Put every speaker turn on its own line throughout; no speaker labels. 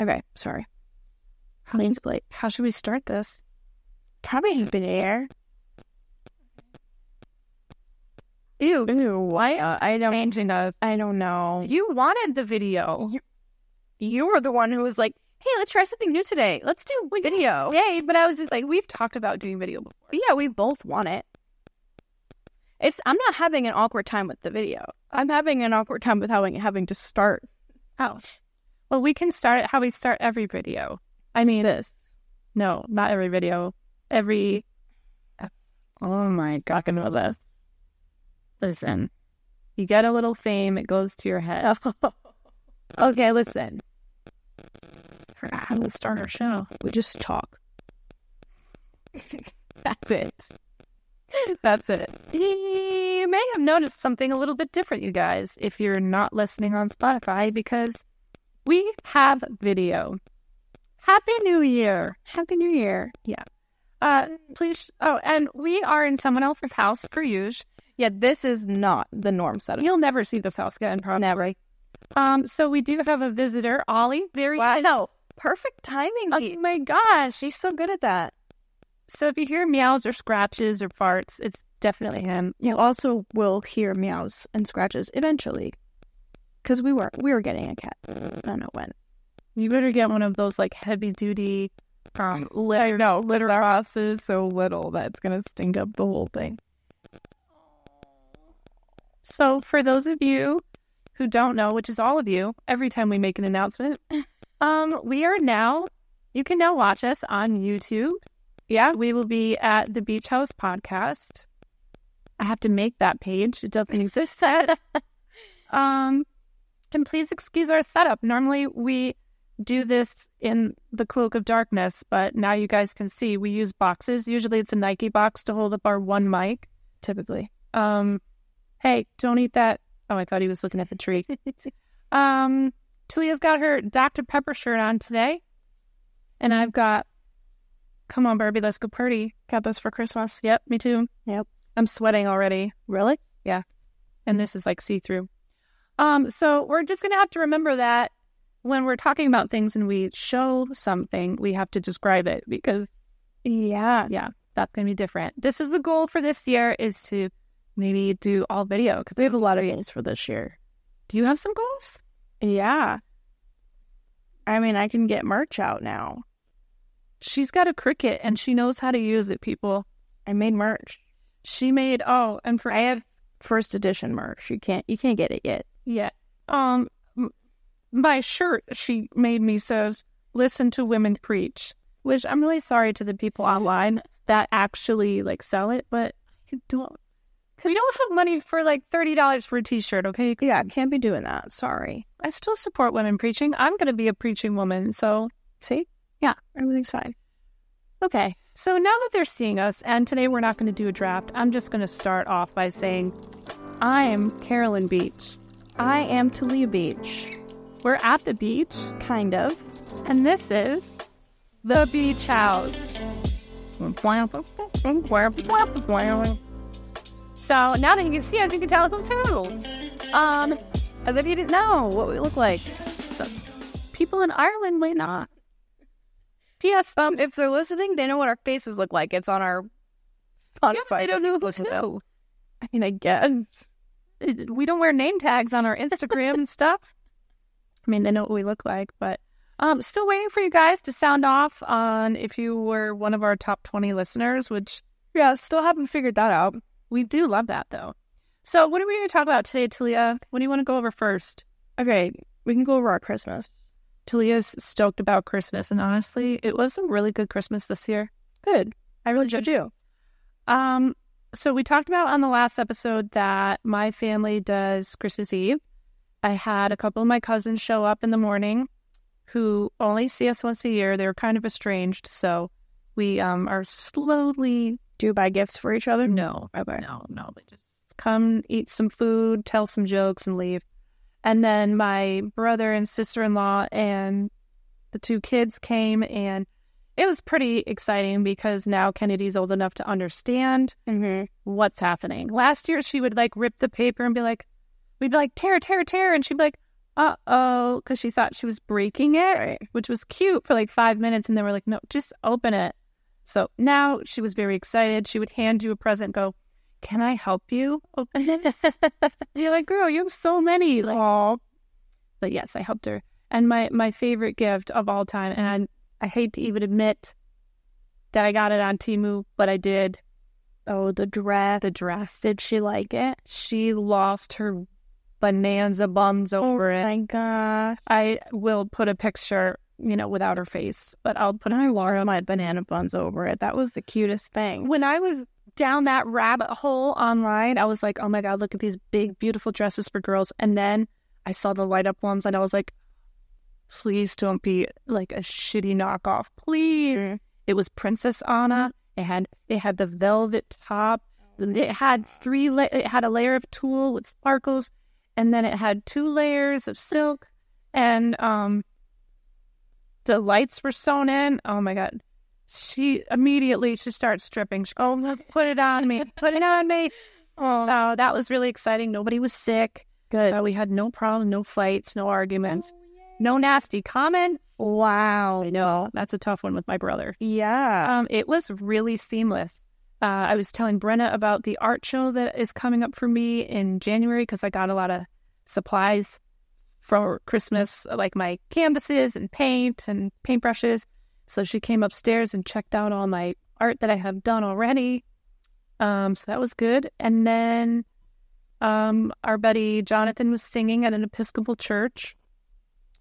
Okay, sorry. How, like, how should we start this? Coming in air.
Ew,
Ew,
why I don't changing up?
uh, I don't know.
You wanted the video.
You were the one who was like,
Hey, let's try something new today. Let's do video. Yay, but I was just like, we've talked about doing video before.
yeah, we both want it. It's I'm not having an awkward time with the video. I'm having an awkward time with having having to start
Oh. Well, we can start it how we start every video. I mean,
this.
no, not every video. Every
Oh my god, I can know this.
listen. You get a little fame, it goes to your head. Okay, listen. Forgot how to start our show.
we just talk.
That's it. That's it. You may have noticed something a little bit different, you guys, if you're not listening on Spotify, because we have video. Happy New Year.
Happy New Year.
Uh, please. Oh, and we are in someone else's house per usual.
Yeah, this is not the norm setup.
You'll never see this house again, probably.
Never.
Um, so we do have a visitor, Ollie. Very.
Wow, I know. Perfect timing.
Oh
Pete.
my gosh.
She's so good at that.
So if you hear meows or scratches or farts, it's definitely him.
You also will hear meows and scratches eventually, because we were we were getting a cat. I don't know when.
You better get one of those like heavy duty. Um, lit- I know litter
Ross is so little that it's gonna stink up the whole thing.
So, for those of you who don't know, which is all of you, every time we make an announcement, um, we are now, you can now watch us on YouTube.
Yeah.
We will be at the Beach House Podcast. I have to make that page, it doesn't exist yet. um, and please excuse our setup. Normally, we do this in the cloak of darkness, but now you guys can see we use boxes. Usually, it's a Nike box to hold up our one mic.
Typically.
Um, hey, don't eat that. Oh, I thought he was looking at the tree. um, Talia's got her Dr. Pepper shirt on today. And I've got, come on, Barbie, let's go party. Got this for Christmas. Yep, me too.
Yep.
I'm sweating already.
Really?
And this is like see through. Um, so we're just going to have to remember that when we're talking about things and we show something, we have to describe it because
Yeah.
that's going to be different. This is the goal for this year is to maybe do all video because
We have a lot of games for this year.
Do you have some goals?
Yeah. I mean, I can get merch out now.
She's got a cricket and she knows how to use it, people.
I made merch,
She made oh, and for I had
first edition merch. You can't you can't get it yet.
yeah. Um m- my shirt she made me says, Listen to women preach which I'm really sorry to the people online that actually like sell it, but I don't we don't have money for like thirty dollars for a t shirt, okay?
Yeah, can't be doing that. Sorry.
I still support women preaching. I'm gonna be a preaching woman, so
See?
Yeah.
everything's fine.
Okay, so now that they're seeing us, and today we're not going to do a draft, I'm just going to start off by saying I'm Carolyn Beach.
I am Talia Beach,
We're at the beach,
kind of.
and this is the beach house. So now that you can see us, you can tell us too. Um, as if you didn't know what we look like. So, people in Ireland might not. P.S.
Um, if they're listening, they know what our faces look like. It's on our Spotify.
Yeah, but they don't know who's
Listen to that.
who.
I mean, I guess.
it- we don't wear name tags on our Instagram and stuff. I mean, they know what we look like, but um, still waiting for you guys to sound off on if you were one of our top 20 listeners, which
Yeah, still haven't figured that out.
we do love that though. So, what are we going to talk about today, Talia? What do you want to go over first?
Okay, we can go over our Christmas. Mm-hmm.
Talia's stoked about Christmas, and honestly, it was a really good Christmas this year.
Good.
I really
Did you?
Um, so we talked about on the last episode that my family does Christmas Eve. I had a couple of my cousins show up in the morning who only see us once a year. They're kind of estranged, so we um are slowly
Do you buy gifts for each other?
no,
Okay.
no, no. They just come eat some food, tell some jokes, and leave. And then my brother and sister in law and the two kids came, and it was pretty exciting because now Kennedy's old enough to understand
Mm-hmm.
what's happening. Last year, she would like rip the paper and be like, we'd be like, tear, tear, tear. And she'd be like, uh oh, because she thought she was breaking it,
Right.
which was cute for like five minutes. And they were like, no, just open it. So now she was very excited. She would hand you a present, go, can I help you open it? You're like, girl, you have so many. Like,
Aw.
but yes, I helped her. And my my favorite gift of all time, and I, I hate to even admit that I got it on Timu, but I did.
Oh, the dress.
The dress.
Did she like it?
She lost her bonanza buns over it.
my god.
I will put a picture, you know, without her face, but I'll put
I Laura my banana buns over it. That was the cutest thing.
when I was down that rabbit hole online, I was like, oh my God, look at these big, beautiful dresses for girls. And then I saw the light up ones and I was like, please don't be like a shitty knockoff. Please.
Mm.
It was Princess Anna. It had it had the velvet top. It had three la- it had a layer of tulle with sparkles and then it had two layers of silk and um the lights were sewn in. Oh my god. She immediately she starts stripping. She
Oh my
put it on me, put it on me.
oh.
So that was really exciting. Nobody was sick.
good.
Uh, we had no problem, no fights, no arguments, no nasty comment.
Wow. No.
That's a tough one with my brother.
Yeah.
Um, it was really seamless. Uh, I was telling Brenna about the art show that is coming up for me in January because I got a lot of supplies for Christmas, like my canvases and paint and paintbrushes. So she came upstairs and checked out all my art that I have done already. Um, so that was good. And then um, our buddy Jonathan was singing at an Episcopal church.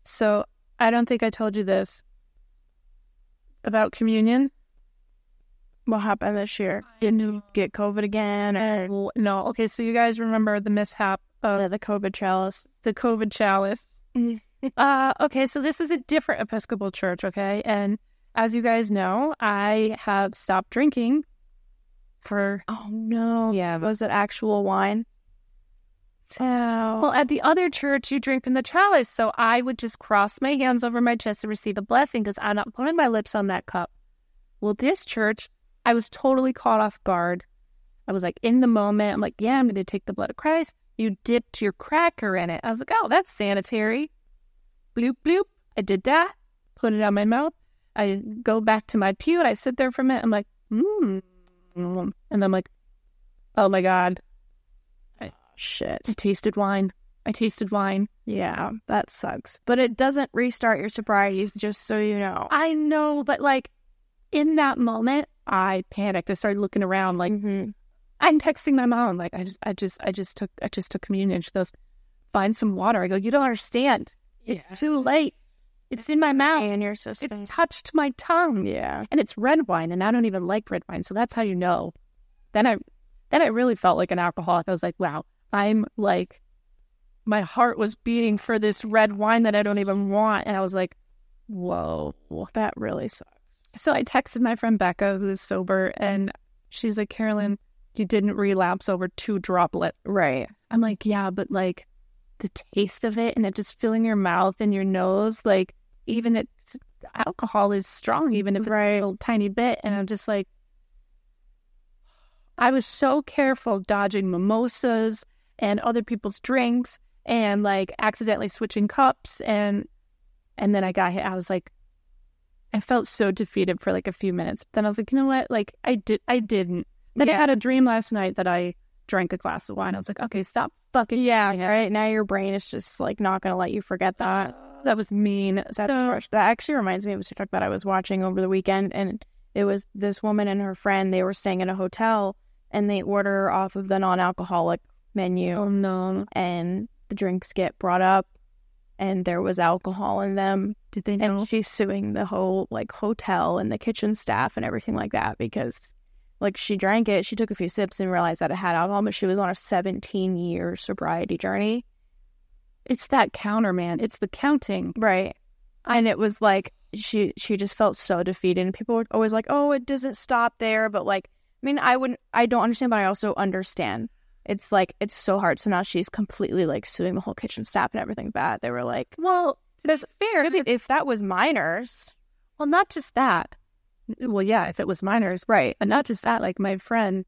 So I don't think I told you this about communion.
What happened this year?
I
Didn't
know.
you get COVID again? Or
Well, No. Okay. So you guys remember the mishap of
uh, the COVID chalice?
the COVID chalice?
Mm.
uh, okay. So this is a different Episcopal church. Okay. And as you guys know, I have stopped drinking for.
Oh no.
Yeah. but-
Was it actual wine? Oh.
Well, at the other church, you drink from the chalice. So I would just cross my hands over my chest and receive a blessing because I'm not putting my lips on that cup. Well, this church, I was totally caught off guard. I was like in the moment. I'm like, yeah, I'm going to take the blood of Christ. You dipped your cracker in it. I was like, oh, that's sanitary. Bloop, bloop. I did that, put it on my mouth. I go back to my pew and I sit there for a minute. I'm like, mmm. And I'm like, oh my God,
Shit.
I tasted wine. I tasted wine.
Yeah, that sucks. But it doesn't restart your sobriety, just so you know.
I know, but like in that moment, I panicked. I started looking around. Like
Mhm.
I'm texting my mom. Like I just, I just, I just took, I just took communion. She goes, "Find some water." I go, "You don't understand. It's
Yeah.
too late. It's in my mouth.
And your
It's
system.
touched my tongue,
yeah.
and it's red wine, and I don't even like red wine. So that's how you know." Then I, then I really felt like an alcoholic. I was like, "Wow, I'm like." My heart was beating for this red wine that I don't even want. And I was like, whoa.
That really sucks.
So I texted my friend Becca, who is sober, and she was like, Carolyn, you didn't relapse over two droplet.
Right.
I'm like, yeah, but like the taste of it and it just filling your mouth and your nose, like even it's alcohol is strong, even if it's a
Right.
little tiny bit. And I'm just like, I was so careful dodging mimosas and other people's drinks and like accidentally switching cups and and then I got hit. I was like, I felt so defeated for like a few minutes. Then I was like, you know what? Like I did, I didn't. Then I
Yeah.
had a dream last night that I drank a glass of wine. I was like, okay, stop fucking.
Yeah. Right. Now your brain is just like not going to let you forget that.
That was mean.
That's
Uh, So-
fresh. that actually reminds me of a TikTok that I was watching over the weekend, and it was this woman and her friend. They were staying at a hotel, and they order off of the non-alcoholic menu,
oh no!
and the drinks get brought up, and there was alcohol in them,
Did they know?
and she's suing the whole like hotel and the kitchen staff and everything like that because. Like she drank it, she took a few sips and realized that it had alcohol, but she was on a 17 year sobriety journey.
it's that counter, man. It's the counting.
Right. And it was like she she just felt so defeated and people were always like, "Oh, it doesn't stop there." But like, I mean, I wouldn't I don't understand, but I also understand. It's like it's so hard. So now she's completely like suing the whole kitchen staff and everything bad. They were like,
Well,
"That's fair." If that was minors,
well, not just that. Well, yeah, if it was minors,
right?
But not just that, like my friend,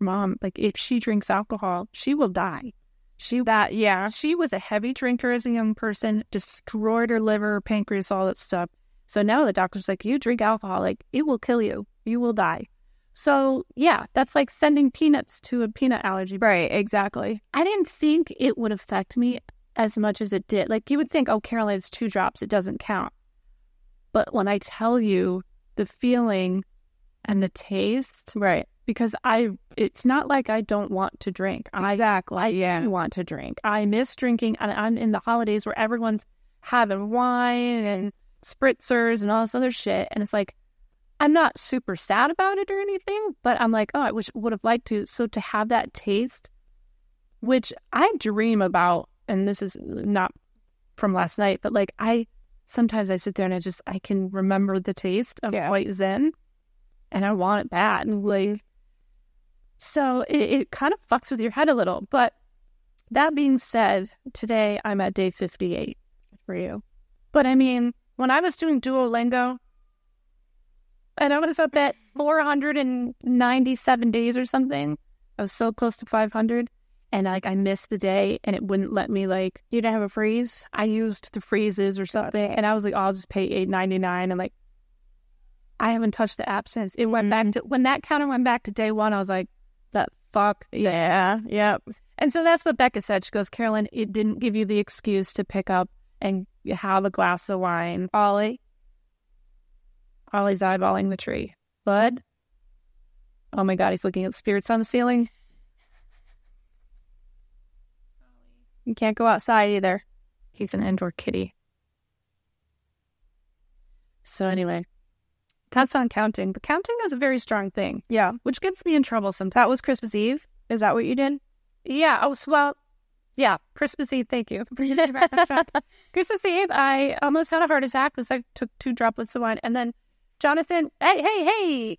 mom, like if she drinks alcohol, she will die. She
That Uh, yeah.
she was a heavy drinker as a young person, destroyed her liver, pancreas, all that stuff. So now the doctor's like, you drink alcohol, like it will kill you. You will die. So yeah, that's like sending peanuts to a peanut allergy.
Right, exactly.
I didn't think it would affect me as much as it did. Like you would think, oh, Caroline, it's two drops, it doesn't count. But when I tell you the feeling and the taste,
Right.
because I, it's not like I don't want to drink. I
exactly.
I
yeah.
do want to drink. I miss drinking. And I'm in the holidays where everyone's having wine and spritzers and all this other shit. And it's like, I'm not super sad about it or anything, but I'm like, oh, I wish would have liked to. So to have that taste, which I dream about, and this is not from last night, but like I sometimes I sit there and I just I can remember the taste of
Yeah.
White Zen, and I want it bad. Like, so it, it kind of fucks with your head a little. But that being said, today I'm at day 58 for you. But I mean, when I was doing Duolingo, and I was up at 497 days or something. I was so close to 500, and like I missed the day, and it wouldn't let me like
You didn't have a freeze?
I used the phrases or something, and I was like, oh, I'll just pay eight ninety nine, and like, I haven't touched the app since it went back to
Mm-hmm.
when that counter went back to day one. I was like, that fuck, yeah.
Yeah. Yep.
And so that's what Becca said. She goes, Carolyn, it didn't give you the excuse to pick up and have a glass of wine.
Ollie.
Ollie's eyeballing the tree. Bud, oh my god, he's looking at spirits on the ceiling.
You can't go outside either.
He's an indoor kitty. So anyway, that's on counting. But counting is a very strong thing,
Yeah.
which gets me in trouble sometimes.
That was Christmas Eve. Is that what you did?
Yeah. Oh, s- well, yeah. Christmas Eve. Thank you. Christmas Eve, I almost had a heart attack because I took two droplets of wine. And then Jonathan, hey, hey, hey.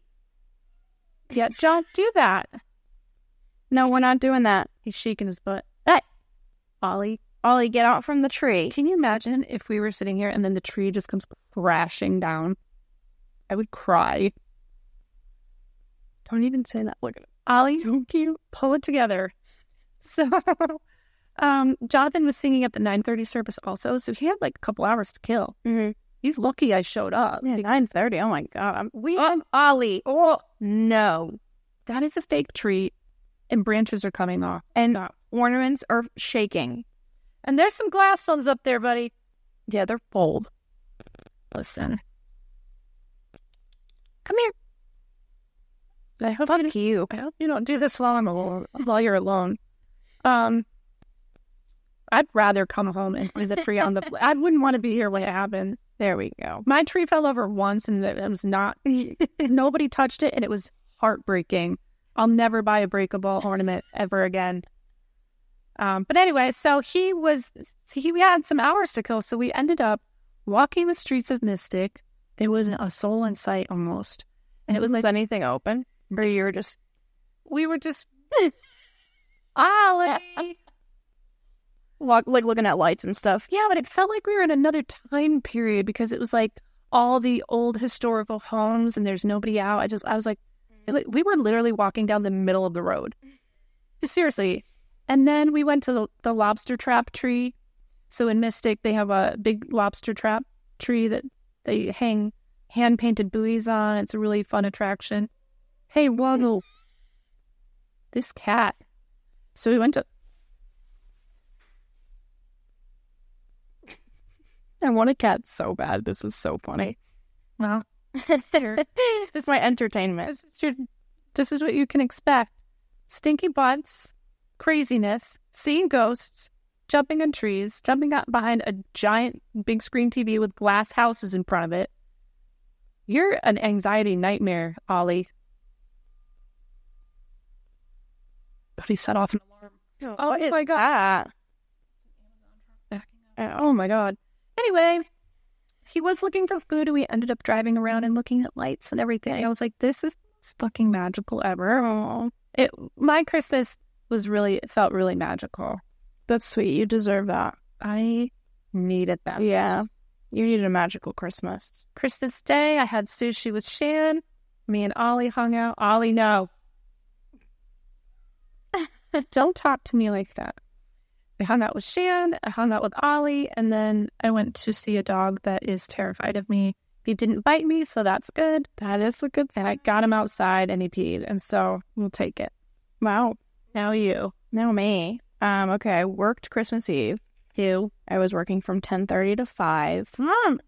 Yeah, John, do that.
No, we're not doing that.
He's shaking his butt. Hey, Ollie,
Ollie, get out from the tree.
can you imagine if we were sitting here and then the tree just comes crashing down? I would cry.
Don't even say that. Look at it.
Ollie,
So cute.
pull it together. So um, Jonathan was singing at the 9.30 service also, so he had like a couple hours to kill.
Mm-hmm.
He's lucky I showed up.
Yeah, nine thirty. Oh my god. I'm
We
oh, Ollie.
oh,
No.
that is a fake tree, and branches are coming off.
And
No.
ornaments are shaking.
And there's some glass ones up there, buddy.
Yeah, they're bold.
Listen, come here.
I hope Fuck you.
I hope you don't do this while I'm alone, while you're alone. Um, I'd rather come home and leave the tree on the. I wouldn't want to be here when it happened.
There we go.
My tree fell over once, and it was not. nobody touched it, and it was heartbreaking. I'll never buy a breakable ornament ever again. Um, but anyway, so he was. He we had some hours to kill, so we ended up walking the streets of Mystic. There wasn't a soul in sight almost, and it was like
anything open? Or you were just
we were just Ollie.
walk like looking at lights and stuff.
Yeah, but it felt like we were in another time period because it was like all the old historical homes and there's nobody out. I just, I was like, like, we were literally walking down the middle of the road. Seriously. And then we went to the, the lobster trap tree. So in Mystic, they have a big lobster trap tree that they hang hand painted buoys on. It's a really fun attraction. Hey, Wuggle. this cat. So we went to
I want a cat so bad. This is so funny.
well,
this is my entertainment.
This is, your, this is what you can expect stinky butts, craziness, seeing ghosts, jumping on trees, jumping out behind a giant big screen TV with glass houses in front of it. You're an anxiety nightmare, Ollie. But he set off an alarm.
Oh
what is
my god.
Uh, Oh my god. Anyway, he was looking for food and we ended up driving around and looking at lights and everything. I was like, this is the most fucking magical ever. Aw. It my Christmas was really it felt really magical.
That's sweet. You deserve that.
I needed that.
Yeah. You needed a magical Christmas.
Christmas Day, I had sushi with Shan. Me and Ollie hung out. Ollie, no. Don't talk to me like that. I hung out with Shan, I hung out with Ollie, and then I went to see a dog that is terrified of me. He didn't bite me, so that's good.
That is a good
And I got him outside and he peed, and so we'll take it.
Wow.
Now you.
Now me. Um, okay, I worked Christmas Eve.
You.
I was working from ten thirty to five.
Mom,
Um,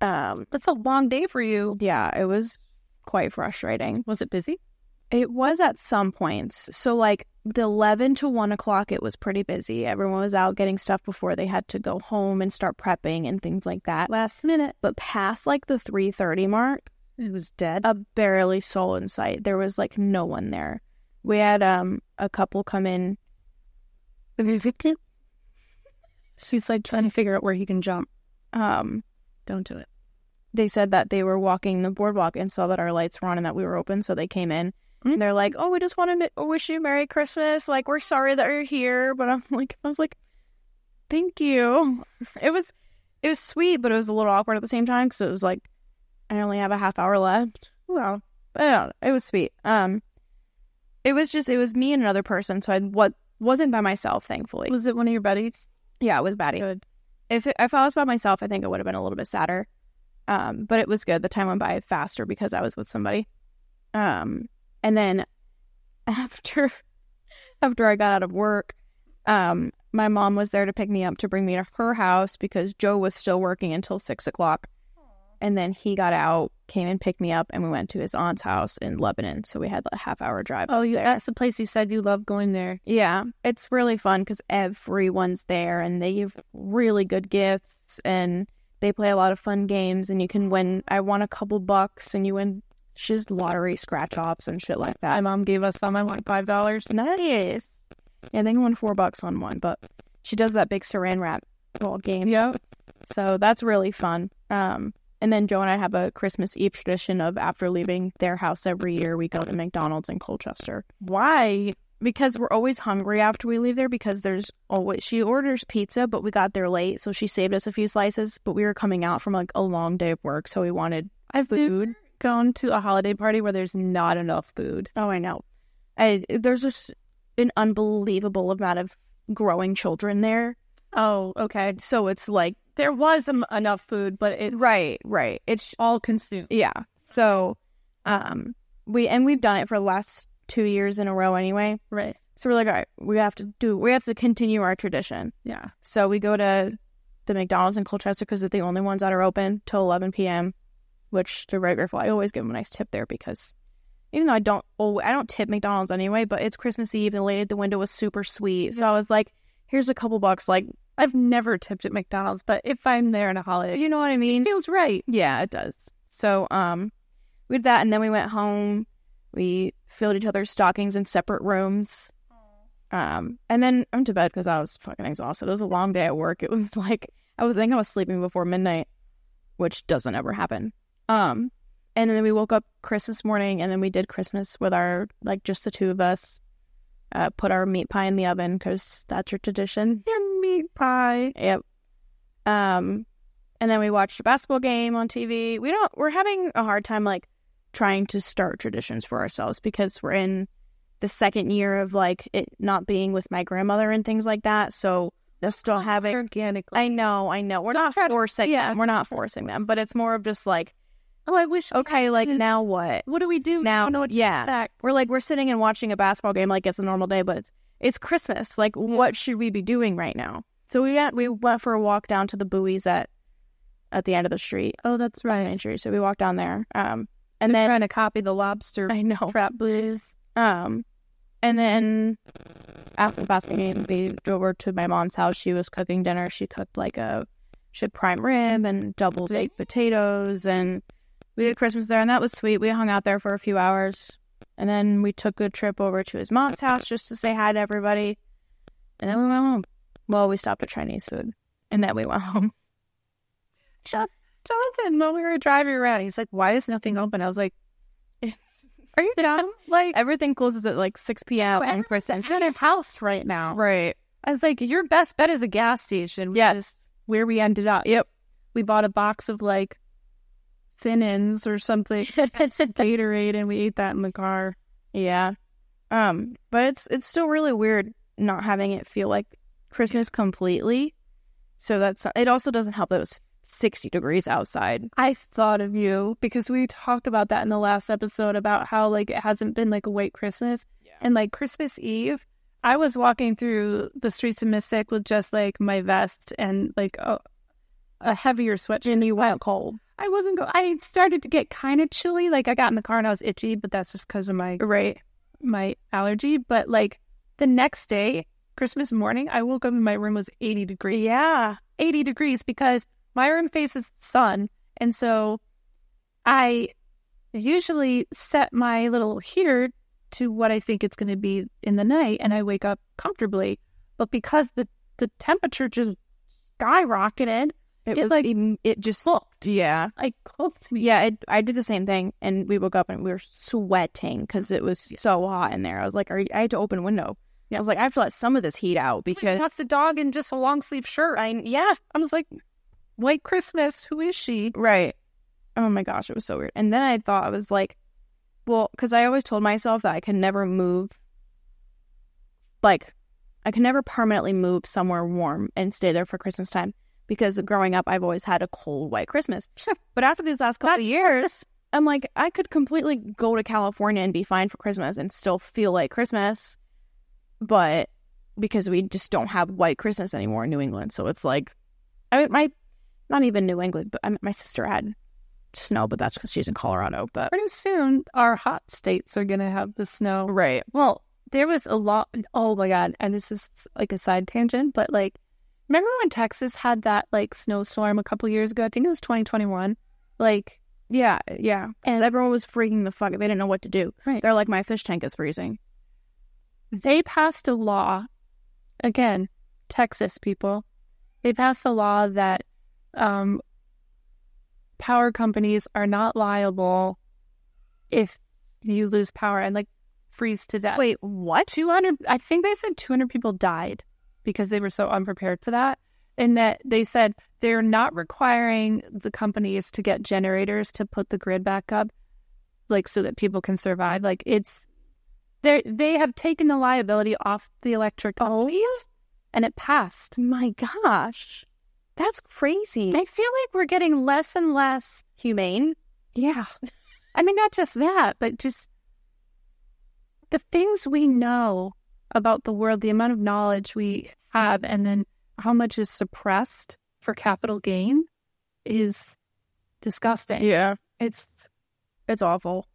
Hmm, that's a long day for you.
yeah, it was quite frustrating.
Was it busy?
It was at some points. So like the eleven to one o'clock it was pretty busy. Everyone was out getting stuff before they had to go home and start prepping and things like that.
Last minute.
But past like the three thirty mark,
It was dead.
a barely soul in sight. There was like no one there. We had um a couple come in.
She's like trying to figure out where he can jump.
Um,
Don't do it.
they said that they were walking the boardwalk and saw that our lights were on and that we were open, so they came in
Mm.
and they're like, "Oh, we just wanted to wish you Merry Christmas. Like, we're sorry that you're here." But I'm like, I was like, "Thank you." It was, it was sweet, but it was a little awkward at the same time because it was like, I only have a half hour left.
Well,
but I don't know. It was sweet. Um, it was just it was me and another person, so I what wasn't by myself, thankfully.
was it one of your buddies?
yeah, it was Batty.
Good.
If it, if I was by myself, I think it would have been a little bit sadder. Um, but it was good. The time went by faster because I was with somebody. Um, and then after after I got out of work, um, my mom was there to pick me up to bring me to her house because Joe was still working until six o'clock. And then he got out, came and picked me up, and we went to his aunt's house in Lebanon. So we had a half hour drive.
Oh, you, that's the place you said you love going there.
Yeah, it's really fun because everyone's there and they give really good gifts and they play a lot of fun games and you can win. I won a couple bucks and you win just lottery scratch offs and shit like
My
that.
mom gave us some. I won five dollars.
Nice. Yeah, I think I won four bucks on one, but she does that big saran wrap ball game.
Yep.
So that's really fun. Um, and then Joe and I have a Christmas Eve tradition of after leaving their house every year, we go to McDonald's in Colchester.
Why?
because we're always hungry after we leave there because there's always she orders pizza but we got there late so she saved us a few slices but we were coming out from like a long day of work so we wanted
I've
Food.
never gone to a holiday party where there's not enough food.
oh i know I, there's just an unbelievable amount of growing children there
Oh, okay.
so it's like
There was um, enough food, but it
right right it's
all consumed.
yeah so um we and we've done it for the last two years in a row anyway
Right.
so we're like all right we have to do we have to continue our tradition
Yeah.
So we go to the McDonald's in Colchester because they're the only ones that are open till 11 p.m., which they're very grateful. I always give them a nice tip there because even though I don't, oh, I don't tip McDonald's anyway, but it's Christmas Eve. The lady at the window was super sweet, so I was like, "Here's a couple bucks." Like,
I've never tipped at McDonald's, but if I'm there on a holiday,
you know what I mean?
it feels right.
Yeah, it does. So, um, we did that, and then we went home. We filled each other's stockings in separate rooms. Um, and then I went to bed because I was fucking exhausted. It was a long day at work. It was like I was I think I was sleeping before midnight, which doesn't ever happen. Um, and then we woke up Christmas morning, and then we did Christmas with our like just the two of us. Uh, put our meat pie in the oven because that's your tradition.
Your meat pie.
Yep. Um, and then we watched a basketball game on TV. We don't. We're having a hard time like trying to start traditions for ourselves because we're in the second year of like it not being with my grandmother and things like that. So they're still having.
Organically.
I know. I know. We're not
Try to-
forcing.
yeah.
them. We're not forcing them, but it's more of just like
oh, I wish.
okay, like
Mm.
now what?
What do we do
Now-
I don't know what to
yeah.
expect.
We're like we're sitting and watching a basketball game like it's a normal day, but it's it's Christmas. Like what should we be doing right now? So we went we went for a walk down to the buoys at at the end of the street.
Oh, that's right.
Main Street. So we walked down there.
And
Um and
then
then
trying to copy the lobster
I know.
trap blues.
Um and then after the basketball game we drove over to my mom's house. She was cooking dinner. She cooked like a she had prime rib and double baked potatoes and we did Christmas there and that was sweet. We hung out there for a few hours. And then we took a trip over to his mom's house just to say hi to everybody. And then we went home. Well, we stopped at Chinese food. And then we went home.
Jo- Jonathan, when we were driving around, he's like, "Why is nothing open?" I was like,
It's
"Are you dumb? Like,
everything closes at like six PM
Well,
on Christmas.
at a house right now."
Right.
I was like, "Your best bet is a gas station." Which
Yes.
is where we ended up.
Yep.
We bought a box of like thin ends or something, Gatorade, and we ate that in the car.
Yeah. Um, but it's it's still really weird not having it feel like Christmas completely. So that's it. Also, doesn't help that it was sixty degrees outside.
I thought of you because we talked about that in the last episode about how like it hasn't been like a white Christmas
Yeah.
and like Christmas Eve. I was walking through the streets of Mystic with just like my vest and like a, a heavier sweatshirt.
And you went cold,
I wasn't go. I started to get kind of chilly. Like I got in the car and I was itchy, but that's just because of my
right?
my allergy. But like the next day, Christmas morning, I woke up and my room was eighty degrees. Yeah, eighty degrees because my room faces the sun, and so I usually set my little heater to what I think it's going to be in the night, and I wake up comfortably. But because the the temperature just skyrocketed,
It,
It,
was
like,
like it just yeah.
I cooked me.
Yeah, it, I did the same thing, and we woke up and we were sweating because it was so hot in there. I was like, Are you, I had to open a window. I was like, I have to let some of this heat out because
Wants a dog in just a long sleeve shirt.
I yeah,
I was like, White Christmas, who is she?
right. Oh my gosh, it was so weird. And then I thought I was like, well, because I always told myself that I could never move, like, I could never permanently move somewhere warm and stay there for Christmas time because growing up I've always had a cold white Christmas. but after these last couple of years, I'm like, I could completely go to California and be fine for Christmas and still feel like Christmas, but because we just don't have white Christmas anymore in New England, so it's like, I mean, my not even New England, but I mean, my sister had snow, but that's because she's in Colorado. But
Pretty soon, our hot states are going to have the snow.
right,
Well, there was a lot. Oh my God. And this is like a side tangent, but like, remember when Texas had that like snowstorm a couple years ago? I think it was 2021. Like,
yeah, yeah, and everyone was freaking the fuck. They didn't know what to do.
Right.
They're like, my fish tank is freezing.
they passed a law again texas people they passed a law that um, power companies are not liable if you lose power and like freeze to death
Wait, what?
200 i think they said 200 people died because they were so unprepared for that and that they said they're not requiring the companies to get generators to put the grid back up like so that people can survive like it's they they have taken the liability off the electric companies
Oh.
and it passed
My gosh, that's crazy.
i feel like we're getting less and less
Humane.
yeah i mean not just that but just the things we know about the world, the amount of knowledge we have, and then how much is suppressed for capital gain is disgusting.
Yeah,
It's
it's awful.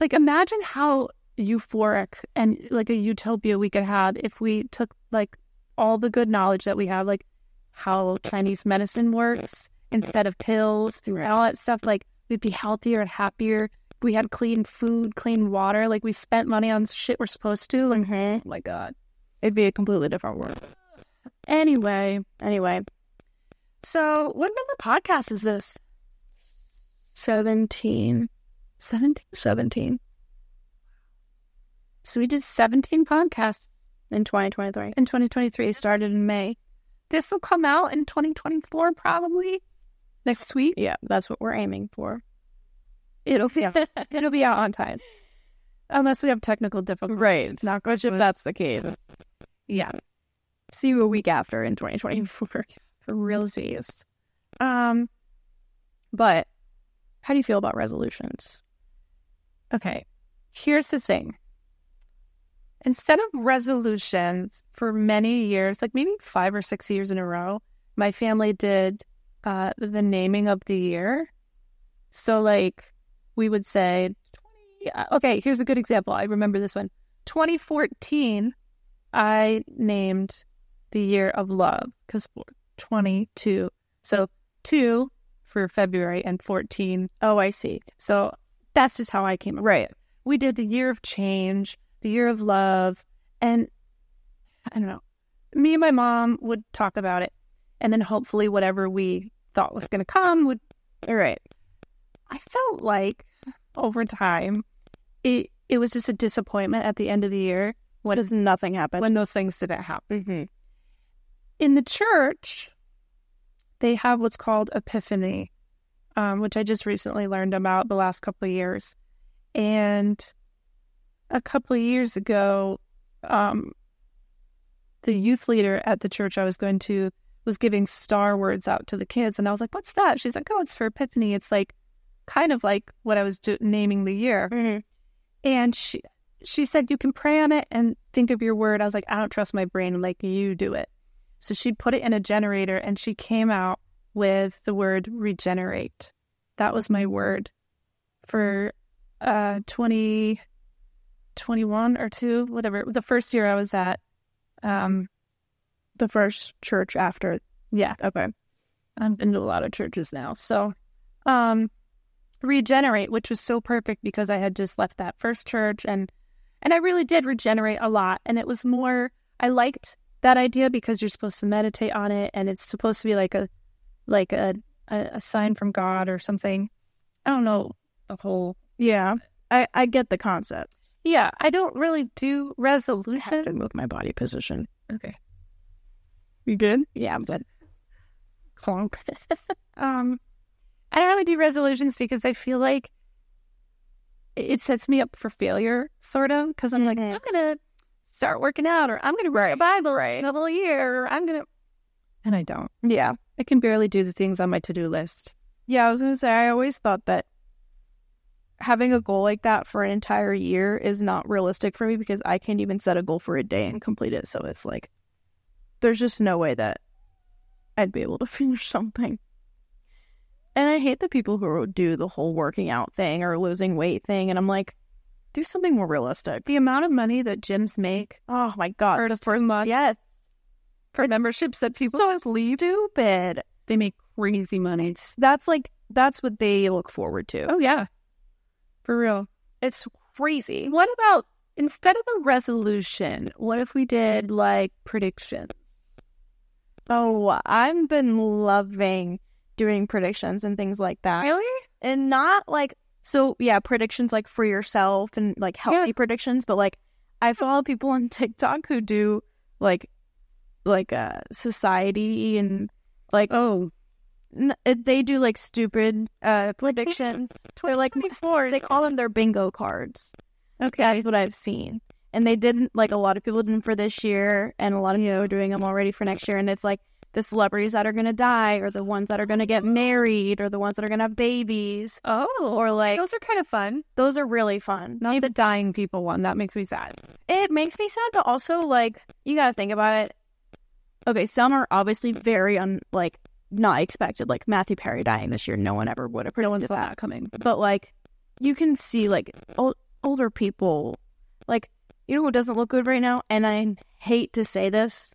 like imagine how euphoric and like a utopia we could have if we took like all the good knowledge that we have, like how Chinese medicine works instead of pills and all that stuff. Like we'd be healthier and happier. We had clean food, clean water. Like we spent money on shit we're supposed to. Like,
Mm-hmm.
oh my God.
It'd be a completely different world.
Anyway,
Anyway,
so what number podcast is this?
seventeen.
17.
17
So we did 17 podcasts
in 2023.
in 2023.
They started in May.
This will come out in 2024 probably next week.
Yeah, that's what we're aiming for.
It'll be out. it'll be out on time. Unless we have technical difficulties.
Right.
Not good
Which, if that's the case,
Yeah.
see you a week after in 2024.
For realsies. Um
But how do you feel about resolutions?
okay. Here's the thing. Instead of resolutions for many years, like maybe five or six years in a row, my family did uh, the naming of the year. So, like, we would say, 20, uh, okay, here's a good example. I remember this one. 2014, I named the year of love because 22. So, two for February and 14
Oh, I see.
So that's just how I came up.
Right.
We did the year of change, the year of love, and I don't know. Me and my mom would talk about it, and then hopefully whatever we thought was going to come would.
All right.
I felt like over time, it it was just a disappointment at the end of the year
What does nothing happen?
when those things didn't happen.
Mm-hmm.
in the church, they have what's called epiphany, um, which I just recently learned about the last couple of years. And a couple of years ago, um, the youth leader at the church I was going to was giving star words out to the kids. And I was like, what's that? She's like, oh, it's for Epiphany. It's like kind of like what I was do- naming the year.
Mhm.
And she, she said, you can pray on it and think of your word. I was like, I don't trust my brain. I'm like, you do it. So she put it in a generator and she came out with the word regenerate. That was my word for uh 20 21 or 2 whatever the first year I was at um
The first church after.
yeah
Okay.
I've been to a lot of churches now. So, um, regenerate, which was so perfect because I had just left that first church and and I really did regenerate a lot. And it was more I liked that idea because you're supposed to meditate on it and it's supposed to be like a like a a, a sign from God or something. I don't know the whole.
Yeah. I, I get the concept.
Yeah, I don't really do
I have to
resolutions.
move my body position.
Okay.
You good? Yeah, I'm good.
clunk. um, I don't really do resolutions because I feel like it it sets me up for failure, sort of. Because I'm like,
Mhm.
I'm gonna start working out, or I'm gonna read the
Right,
Bible
right.
the whole year, or I'm gonna, and I don't.
Yeah.
I can barely do the things on my to do list.
Yeah, I was gonna say I always thought that having a goal like that for an entire year is not realistic for me because I can't even set a goal for a day and complete it. So it's like there's just no way that I'd be able to finish something. And I hate the people who do the whole working out thing or losing weight thing, and I'm like, do something more realistic.
The amount of money that gyms make
Oh my god,
for the first month
yes,
for memberships that people
so
just leave,
stupid.
they make crazy money.
That's like that's what they look forward to.
Oh yeah, for real.
It's crazy.
What about instead of a resolution, what if we did like predictions?
Oh, I've been loving doing predictions and things like that.
Really?
And not like, so yeah, predictions like for yourself and like healthy predictions, but like I follow people on TikTok who do like, like, uh, society and like,
Oh,
n- eh, they do like stupid, uh, predictions. They're like, they call them their bingo cards.
okay.
That's what I've seen. And they didn't like a lot of people didn't for this year, and a lot of people are doing them already for next year. And it's like the celebrities that are going to die, or the ones that are going to get married, or the ones that are going to have babies,
Oh,
or like
those are kind of fun.
those are really fun.
Not the dying people one. That makes me sad.
It makes me sad, but also like you got to think about it. Okay, some are obviously very un like not expected, like Matthew Perry dying this year. No one ever would have
No one
predicted
saw
that.
that coming.
but like you can see like ol- older people like you know who doesn't look good right now and i hate to say this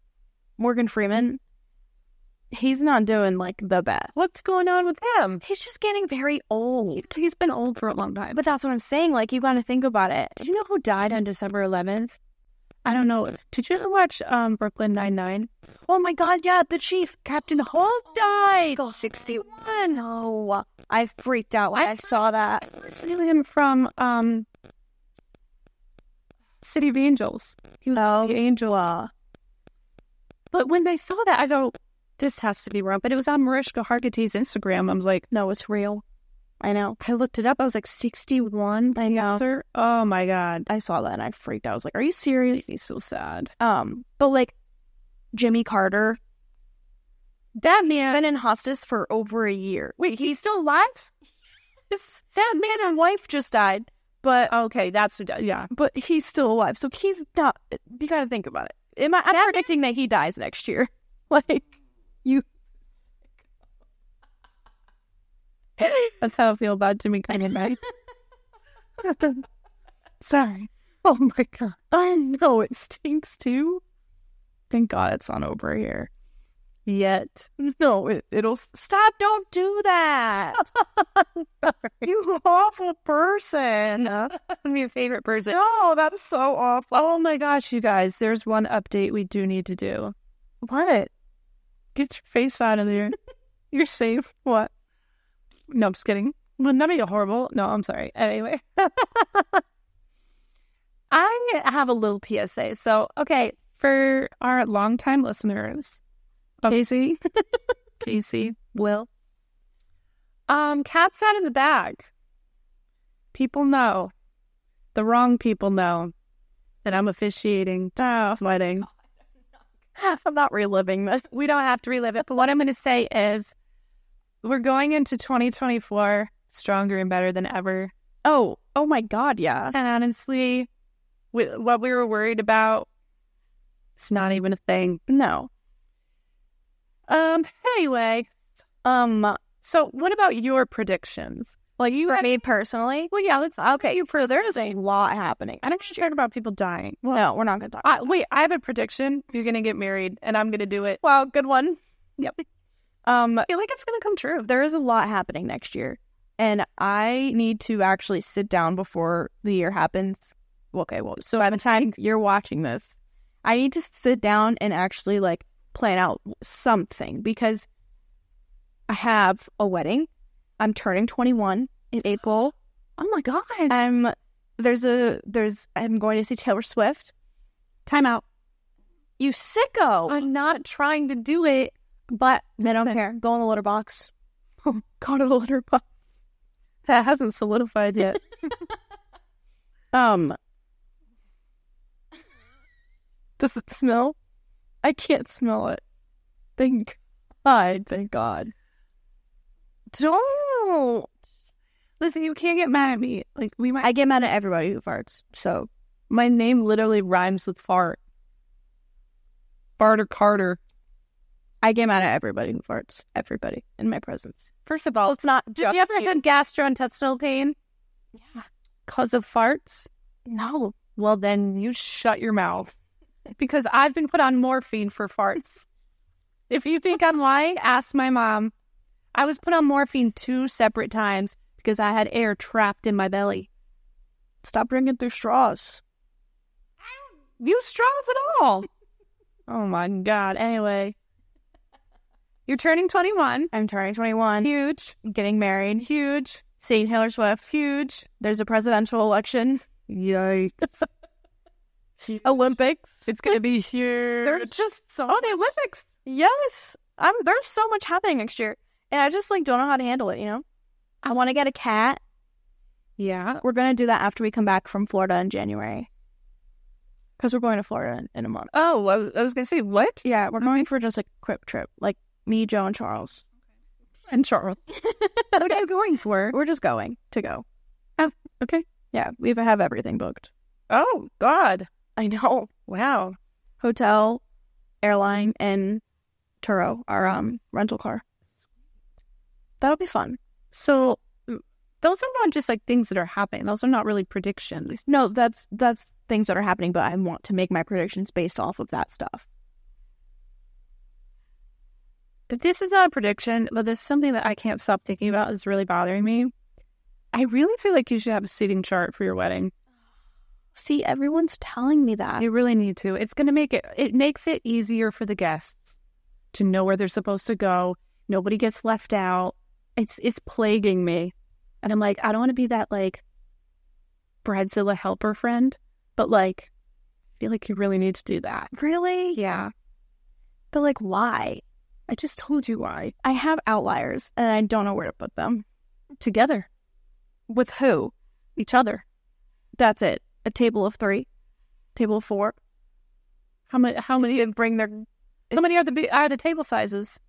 morgan freeman he's not doing like the best
What's going on with him?
he's just getting very old
He's been old for a long time.
but that's what i'm saying like you gotta think about it
Did you know who died on December 11th? I don't know. Did you ever watch um, Brooklyn Nine Nine?
oh my god yeah the chief
Captain Holt died.
Michael 61 no i freaked out when Oh, i,
I-
saw that
I knew him from um, City of Angels. He was
Oh.
the angel.
wow
But when they saw that, I go, "This has to be wrong." But it was on Mariska Hargitay's Instagram. I was like, "No, it's real."
i know
I looked it up. I was like, 61
I know.
cancer? Oh my God.
i saw that and i freaked out i was like are you serious
He's so sad.
Um, but like Jimmy Carter, that man been in hospice for over a year.
Wait, he's still alive?
His- That man and wife just died, but um,
Okay, that's who died. Yeah.
but he's still alive. So he's not. You got to think about it. Am I, I'm predicting that he dies next year. Like you.
That's how I feel about Jimmy Cunningham. right? Sorry. Oh my God.
I know it stinks too. Thank God it's not over here.
Yet.
No, it, it'll stop. Don't do that. you awful person.
I'm your favorite person.
No, that's so awful.
Oh my gosh, you guys. There's one update we do need to do.
What?
Get your face out of there. You're safe.
What?
No, I'm just kidding. Wouldn't that be horrible? No, I'm sorry. Anyway. I have a little PSA. So, okay, for our longtime listeners, Casey, Casey, Will, um, cat's out of the bag. People know, the wrong people know that I'm officiating Dad's wedding.
I'm not reliving this.
we don't have to relive it. But what I'm going to say is we're going into 2024 stronger and better than ever.
Oh, oh my God, yeah.
And honestly, with what we were worried about, it's not even a thing.
No.
Um. Anyway,
Um,
so what about your predictions?
like you for me personally.
Well, yeah, let's.
Okay, you pro there's a lot happening.
I'm actually talking about people dying. Well,
No, we're not gonna talk.
I, wait, I have a prediction. You're gonna get married, and I'm gonna do it.
Wow, good one.
Yep.
Um,
I feel like it's gonna come true.
there is a lot happening next year, and I need to actually sit down before the year happens. Okay, well, so by the time you're watching this, I need to sit down and actually like plan out something because I have a wedding. I'm turning 21 in April.
Oh my god!
I'm there's a there's I'm going to see Taylor Swift.
Time out.
You sicko!
I'm not trying to do it, but
I don't care. Go in the litter box. Go to the litter box.
that hasn't solidified yet.
Um. Does it smell? I can't smell it. Thank God. Thank God.
don't listen. You can't get mad at me. Like we might.
I get mad at everybody who farts. So
my name literally rhymes with fart. Barter Carter.
I get mad at everybody who farts. Everybody in my presence.
First of
So
all,
it's not
did
just
you ever
you.
had gastrointestinal pain?
Yeah.
Cause of farts?
No.
Well, then you shut your mouth because I've been put on morphine for farts. If you think I'm lying, ask my mom. I was put on morphine two separate times because I had air trapped in my belly.
Stop drinking through straws.
Use straws at all. oh my God. Anyway, you're turning 21.
I'm turning 21.
Huge,
Getting married.
huge,
Seeing Taylor Swift.
huge.
There's a presidential election.
Yikes. Oh,
Olympics.
It's going to be
There's
huge.
just so
Oh, the Olympics.
Yes, I'm. There's so much happening next year, and I just like don't know how to handle it. You know, I want to get a cat.
Yeah.
We're gonna do that after we come back from Florida in January, because we're going to Florida in, in a month.
Oh, I was, I was going to say, what?
Yeah, we're going for just a quick trip, like me, Joe, and Charles.
And Charles. what are you going for?
We're just going to go.
Oh, okay.
Yeah, we have, have everything booked.
Oh, God.
I know.
Wow.
Hotel, airline, and Turo, our um rental car. That'll be fun.
So mm, those are not just like things that are happening. Those are not really predictions.
No, that's that's things that are happening, but I want to make my predictions based off of that stuff.
But this is not a prediction, but there's something that I can't stop thinking about is really bothering me. I really feel like you should have a seating chart for your wedding.
See, everyone's telling me that.
You really need to. It's going to make it it makes it easier for the guests to know where they're supposed to go. Nobody gets left out. It's it's plaguing me. And I'm like, I don't want to be that like bridezilla helper friend, but like I feel like you really need to do that.
Really?
Yeah.
But like, why?
I just told you why.
I have outliers, and I don't know where to put them.
Together.
With who?
Each other.
That's it. A table of three, table of four.
How many how many
They bring their
how many are the bi- are the table sizes?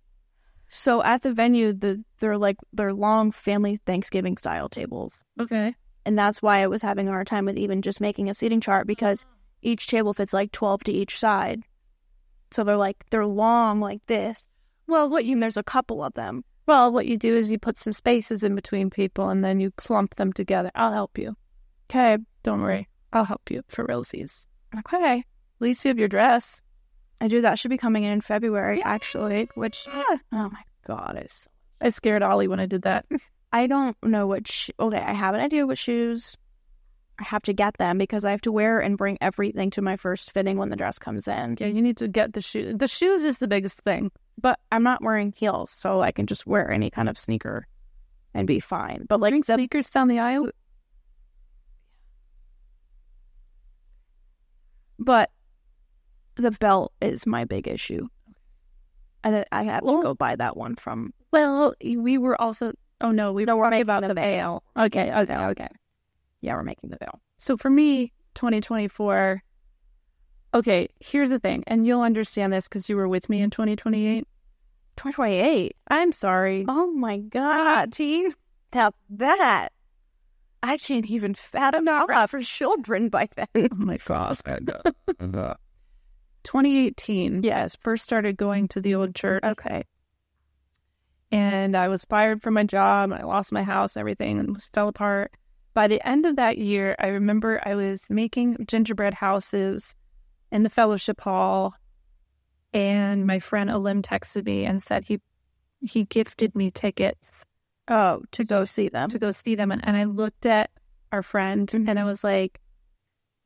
so at the venue. The they're like they're long family Thanksgiving style tables,
Okay.
and that's why I was having a hard time with even just making a seating chart because each table fits like twelve to each side. So they're like they're long like this.
Well, what you
And there's a couple of them.
well, what you do is you put some spaces in between people and then you clump them together. I'll help you.
Okay.
Don't worry. I'll help you for rosies.
Okay.
At least you have your dress.
I do. That should be coming in in February, actually. Which,
Yeah.
oh my god, it's.
I scared Ollie when I did that.
I don't know what. Sh- okay, I have an idea what shoes. I have to get them because I have to wear and bring everything to my first fitting when the dress comes in.
yeah, you need to get the shoes. The shoes is the biggest thing.
But I'm not wearing heels, so I can just wear any kind of sneaker and be fine. But like, the-
Sneakers down the aisle.
but the belt is my big issue. And I have to go buy that one from.
Well, we were also. Oh no, we
No, we're
were talking
making
about
the
the veil. Okay, okay, okay.
Yeah, we're making the veil.
So for me, 2024, Okay, here's the thing, and you'll understand this because you were with me in 2028.
2028.
I'm sorry.
Oh my God.
teen.
Now that I can't even fathom
No.
out for children by then.
Oh my God. 2018. Yes, first started going to the old church,
Okay.
and I was fired from my job. And I lost my house, everything, and was fell apart. By the end of that year, I remember I was making gingerbread houses in the fellowship hall, and my friend Alim texted me and said he he gifted me tickets
Oh, to go see them.
to go see them and, and i looked at our friend and i was like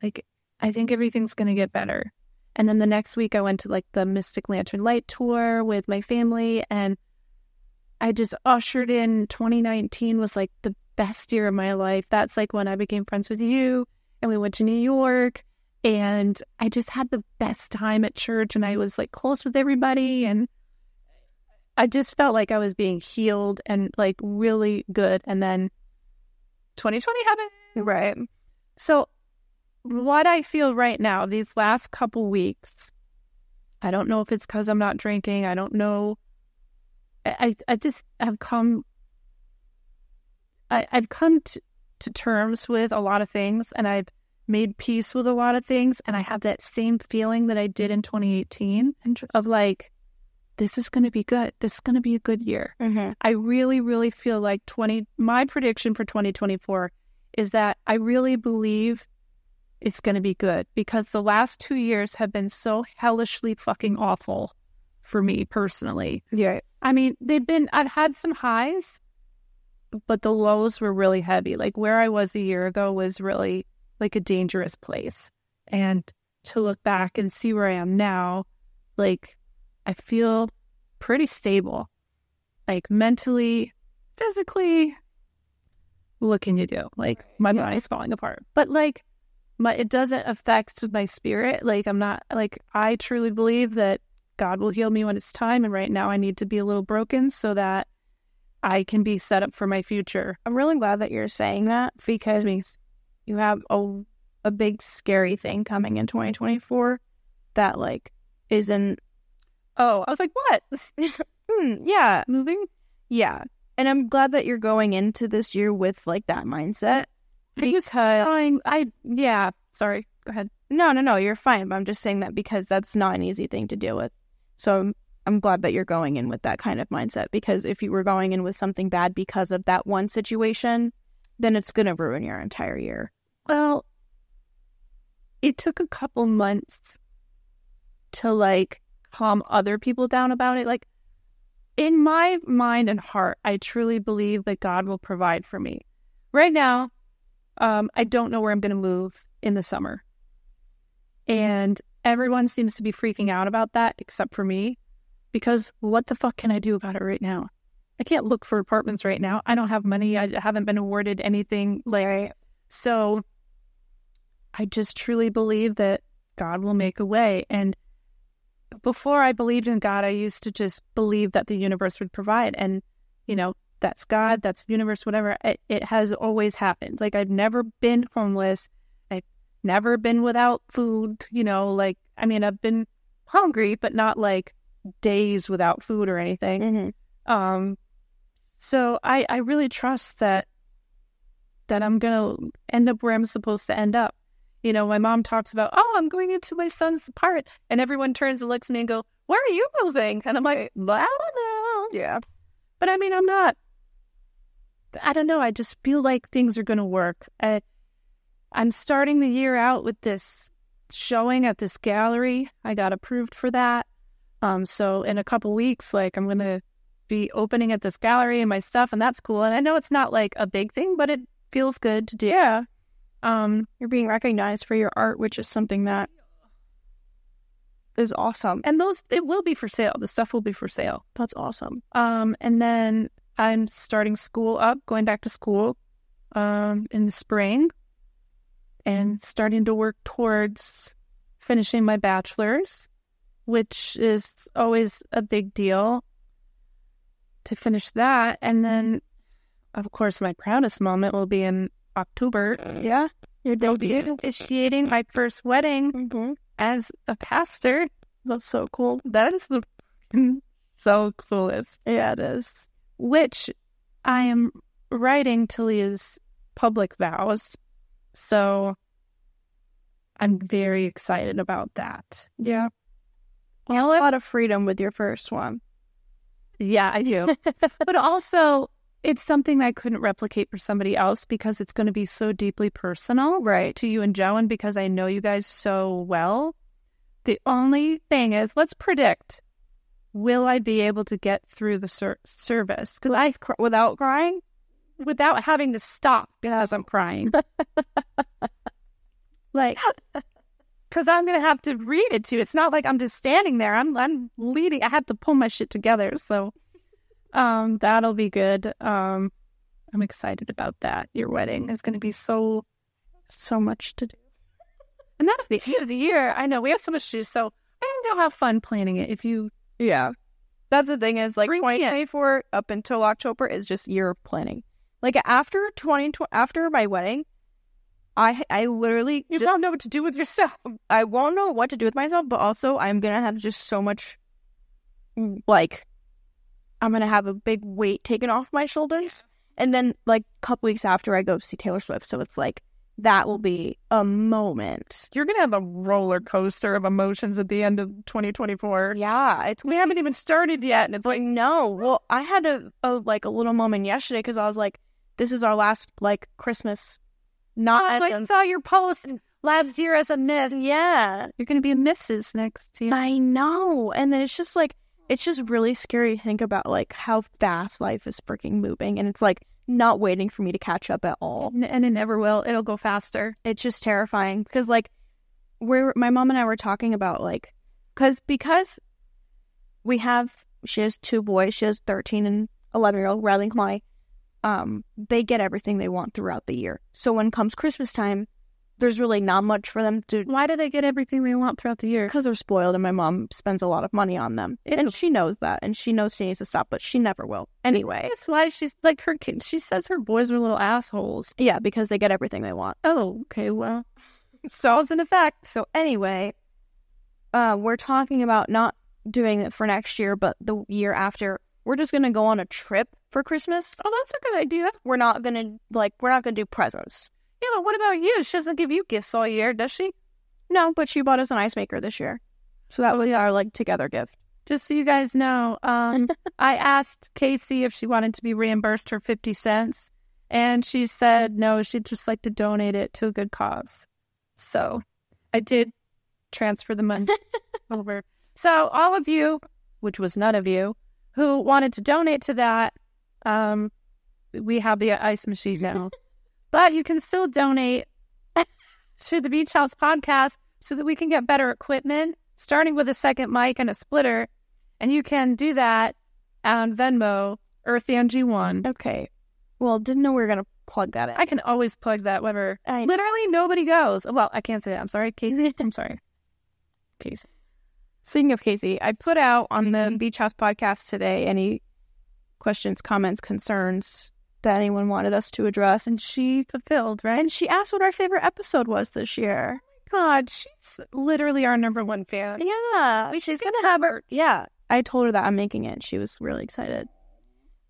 like i think everything's going to get better and then the next week i went to like the mystic lantern light tour with my family and i just ushered in 2019 was like the best year of my life that's like when i became friends with you and we went to new york and i just had the best time at church and i was like close with everybody and I just felt like I was being healed and like really good. And then 2020 happened.
Right.
So, what I feel right now, these last couple weeks, I don't know if it's because I'm not drinking. I don't know. I, I I just have come. I, I've come to, to terms with a lot of things, and I've made peace with a lot of things, and I have that same feeling that I did in 2018 of like, this is going to be good. This is going to be a good year.
Mm-hmm.
I really, really feel like 20, my prediction for 2024 is that I really believe it's going to be good because the last two years have been so hellishly fucking awful for me personally.
Yeah.
I mean, they've been, I've had some highs, but the lows were really heavy. Like where I was a year ago was really like a dangerous place. And to look back and see where I am now, like I feel pretty stable, like mentally, physically. What can you do? Like my
Yeah.
body's falling apart, but like my, it doesn't affect my spirit. Like I'm not, like I truly believe that God will heal me when it's time. And right now I need to be a little broken so that I can be set up for my future.
I'm really glad that you're saying that because means you have a a big scary thing coming in 2024 that like isn't
Oh, I was like, what?
Hmm, yeah
Moving?
yeah and I'm glad that you're going into this year with like that mindset because
Fine. I, yeah. Sorry. Go ahead.
no no no you're fine but I'm just saying that because that's not an easy thing to deal with so I'm I'm glad that you're going in with that kind of mindset because if you were going in with something bad because of that one situation then it's gonna ruin your entire year
Well, it took a couple months to like calm other people down about it. Like in my mind and heart, I truly believe that God will provide for me. Right now, um, I don't know where I'm going to move in the summer. And everyone seems to be freaking out about that except for me because what the fuck can I do about it right now? I can't look for apartments right now. I don't have money. I haven't been awarded anything like so I just truly believe that God will make a way. And before I believed in God, I used to just believe that the universe would provide. And, you know, that's God, that's the universe, whatever. It, it has always happened. Like, I've never been homeless. I've never been without food. You know, like, I mean, I've been hungry, but not like days without food or anything.
mm-hmm.
Um, so I, I really trust that that I'm gonna end up where I'm supposed to end up. You know, my mom talks about, oh, I'm going into my son's part, and everyone turns and looks at me and go, where are you moving? And I'm like, well, I don't know.
yeah
But I mean, I'm not. I don't know. I just feel like things are going to work. I, I'm starting the year out with this showing at this gallery. I got approved for that. Um, so in a couple weeks, like I'm going to be opening at this gallery and my stuff, and that's cool. And I know it's not like a big thing, but it feels good to do.
yeah
Um,
You're being recognized for your art, which is something that is awesome.
and those it will be for sale. The stuff will be for sale.
That's awesome.
Um, and then I'm starting school up, going back to school um, in the spring, and starting to work towards finishing my bachelor's, which is always a big deal to finish that. And then, of course, my proudest moment will be in October.
Yeah, your
I'll be
debut.
officiating my first wedding
Mm-hmm.
as a pastor. That's so cool. That is the so coolest.
Yeah, it is.
Which I am writing Talia's public vows. So I'm very excited about that.
Yeah.
Well,
A lot of freedom with your first one.
yeah, I do. but also, it's something I couldn't replicate for somebody else because it's going to be so deeply personal
Right.
to you and Joe, and because I know you guys so well. The only thing is, let's predict: will I be able to get through the ser- service? Because I, cr-
Without crying?
without having to stop because I'm crying, like, because I'm gonna have to read it to. you. It's not like I'm just standing there. I'm I'm leading. I have to pull my shit together. So, um, that'll be good. Um, I'm excited about that. Your wedding is gonna be so
So much to do.
And that's the end of the year. I know we have so much to do, so I don't know how fun planning it. If you
Yeah. That's the thing is like
Bring me in.
2024 up until October is just year of planning. Like after 2020 after my wedding, I I literally just,
know what to do with yourself,
I won't know what to do with myself, but also I'm gonna have just so much, like, I'm gonna have a big weight taken off my shoulders. And then, like, a couple weeks after, I go see Taylor Swift, so it's like that will be a moment.
you're gonna have a roller coaster of emotions at the end of 2024.
Yeah, it's
We haven't even started yet, and it's
like no. Well, I had a, a like a little moment yesterday because I was like, this is our last like Christmas, not as
I
a-
saw your post last year as a miss.
yeah.
You're gonna be a missus next year.
I know. And then it's just like it's just really scary to think about like how fast life is freaking moving and it's like not waiting for me to catch up at all.
And and it never will. It'll go faster.
It's just terrifying because like we're my mom and I were talking about like cuz because we have she has two boys, she has 13 and 11 year old Riley and Kalani. Um they get everything they want throughout the year. So when comes Christmas time, there's really not much for them to
Why do they get everything they want throughout the year?
because they're spoiled and my mom spends a lot of money on them
Ew.
and she knows that and she knows she needs to stop but she never will anyway
That's why she's like her. kid- She says her boys are little assholes.
yeah because they get everything they want
Oh, okay. Well,
so it's an effect so anyway uh we're talking about not doing it for next year but the year after we're just gonna go on a trip for christmas
oh, that's a good idea.
we're not gonna like we're not gonna do presents
Yeah, but what about you? She doesn't give you gifts all year, does she?
no but she bought us an ice maker this year so that was our like together gift
Just so you guys know, um, I asked Casey if she wanted to be reimbursed her 50 cents, and she said no, she'd just like to donate it to a good cause. So I did transfer the money over. So, all of you, which was none of you, who wanted to donate to that, um, we have the ice machine now. but you can still donate to the Beach House podcast so that we can get better equipment, starting with a second mic and a splitter. And you can do that on Venmo, EarthAngie1.
okay well didn't know we were gonna plug that in
I can always plug that whenever.
I know.
Literally nobody goes. Well, I can't say that. I'm sorry, Casey. I'm sorry. Casey.
Speaking of Casey, I put out on the
Mhm.
Beach House podcast today any questions, comments, concerns that anyone wanted us to address.
And she fulfilled, right?
And she asked what our favorite episode was this year.
God, she's literally our number one fan.
Yeah. She's going to have her. Yeah. I told her that I'm making it. She was really excited.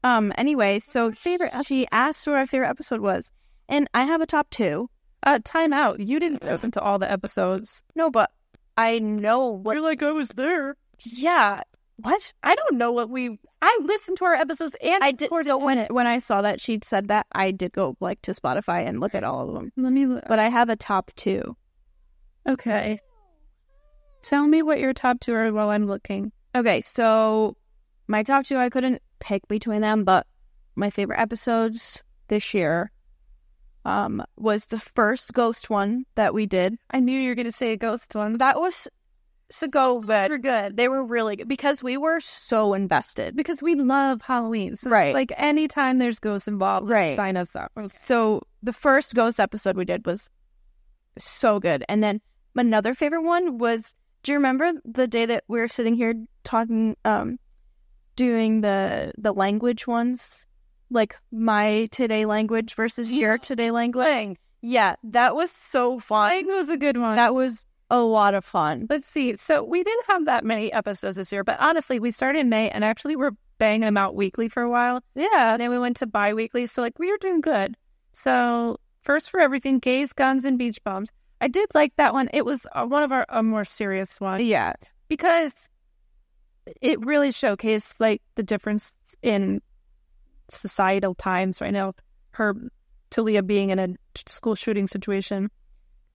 Um. Anyway, so favorite. she asked what our favorite episode was. And I have a top two.
Uh, time out. You didn't listen to all the episodes.
No, but I know what.
You're like, I was there.
Yeah. What?
I don't know what we. I listened to our episodes and
I did. So when, when I saw that she'd said that, I did go like to Spotify and look at all of them.
Let me. look.
But I have a top two.
Okay. Tell me what your top two are while I'm looking.
Okay, so my top two, I couldn't pick between them, but my favorite episodes this year um, was the first ghost one that we did.
I knew you were going to say a ghost one.
That was so good.
They're good
They were really good because we were so invested.
because we love Halloween. So
Right.
Like anytime there's ghosts involved,
Right.
sign us up.
So the first ghost episode we did was so good. And then another favorite one was do you remember the day that we were sitting here talking um doing the the language ones? Like my today language versus your today language.
Slang.
Yeah, that was so fun.
Slang was a good one.
That was a lot of fun.
Let's see. So we didn't have that many episodes this year, but honestly, we started in May and actually we're banging them out weekly for a while.
Yeah.
And then we went to bi weekly. So, like, we were doing good. So, first for everything gays, guns, and beach bombs. I did like that one. It was uh, one of our a more serious one
Yeah.
because it really showcased like the difference in societal times right now. Her Talia being in a school shooting situation.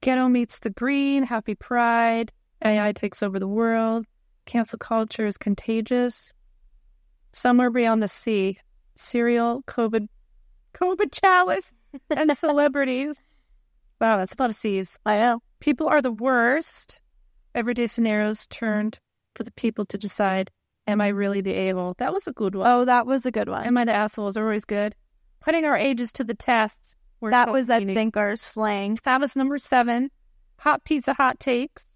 Ghetto meets the green, happy pride, AI takes over the world, cancel culture is contagious. Somewhere beyond the sea, serial, COVID, COVID chalice, and celebrities. Wow, that's a lot of C's.
I know.
People are the worst. Everyday scenarios turned for the people to decide, am I really the a hole? That was a good one.
Oh, that was a good one.
Am I the asshole is always good. Putting our ages to the test. We're
That was, I
competing.
think, our slang.
That was number seven. Hot pizza, hot takes.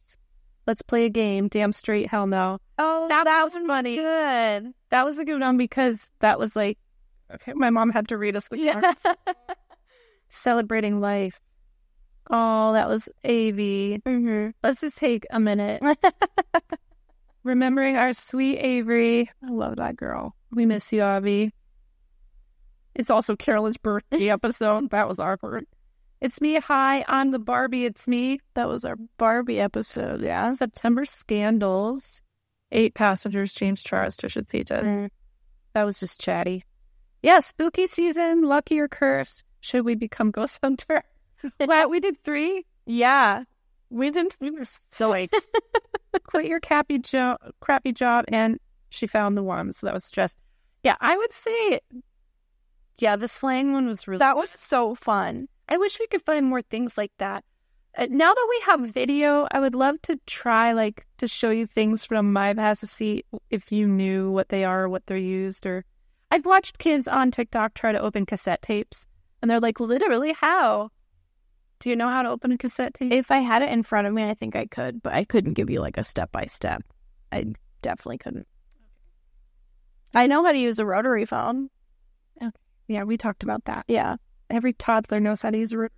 Let's play a game. Damn straight, hell no.
Oh,
That was funny.
Good.
That was a good one because that was like, okay, my mom had to read us the card.
Yeah.
Celebrating life. Oh, that was AV.
mm-hmm.
Let's just take a minute. Remembering our sweet Avery. I love that girl. We miss you, Avi. It's also Carolyn's birthday episode. That was awkward. It's me. Hi, I'm the Barbie. It's me.
That was our Barbie episode. Yeah.
September scandals. Eight passengers, James Charles, Trisha Theta.
Mm.
That was just chatty. Yeah, spooky season, lucky or cursed. Should we become ghost hunter? what? We did three?
Yeah. We didn't. We were silly.
quit your crappy, jo- crappy job and she found the one so that was stress yeah i would say yeah the slang one was really
that was so fun.
i wish we could find more things like that uh, now that we have video i would love to try like to show you things from my past to see if you knew what they are or what they're used or i've watched kids on tiktok try to open cassette tapes and they're like literally how do you know how to open a cassette tape
If I had it in front of me, I think I could, but I couldn't give you like a step by step. I definitely couldn't. I know how to use a rotary phone.
yeah we talked about that
Yeah.
every toddler knows how to use a rotary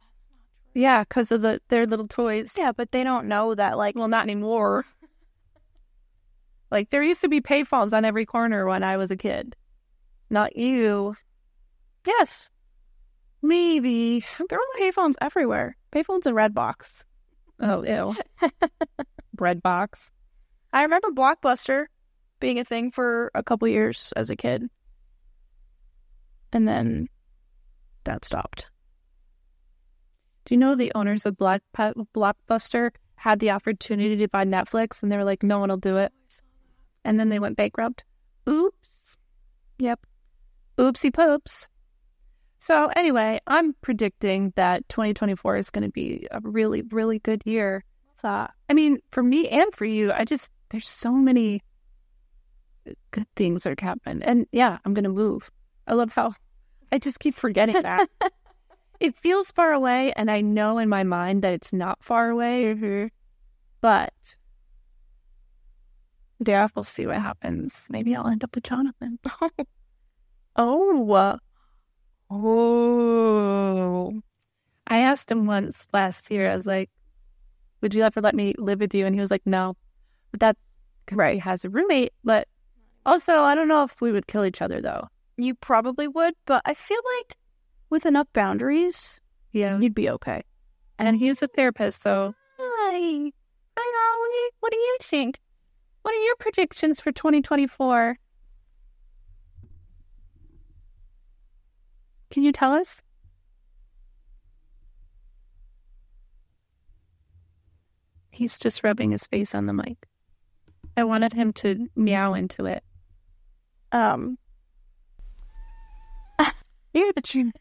phone. Yeah, because of the their little toys.
Yeah, but they don't know that, like,
Well, not anymore. like there used to be payphones on every corner when I was a kid. Not you.
yes,
Maybe.
there are payphones everywhere. Payphones and Redbox.
Oh, ew. Bread box.
I remember Blockbuster being a thing for a couple years as a kid. And then that stopped.
Do you know the owners of Black Blockbuster had the opportunity to buy Netflix and they were like, no one will do it. And then they went bankrupt. Oops.
Yep.
Oopsie poops. So, anyway, I'm predicting that 2024 is going to be a really, really good year. Uh,
That.
I mean, for me and for you, I just, there's so many good things that happen. And yeah, I'm going to move. I love how I just keep forgetting that. it feels far away, and I know in my mind that it's not far away,
Mm-hmm.
but yeah, we'll see what happens. Maybe I'll end up with Jonathan.
Oh.
Oh. I asked him once last year, I was like, would you ever let me live with you? And he was like, no. But that's 'cause
Right.
He has a roommate. But also, I don't know if we would kill each other, though.
You probably would, but I feel like with enough boundaries,
Yeah.
you'd be okay.
And he's a therapist. So,
Hi.
Hi, Ollie. What do you think? What are your predictions for 2024? Can you tell us? He's just rubbing his face on the mic. I wanted him to meow into it.
Um. you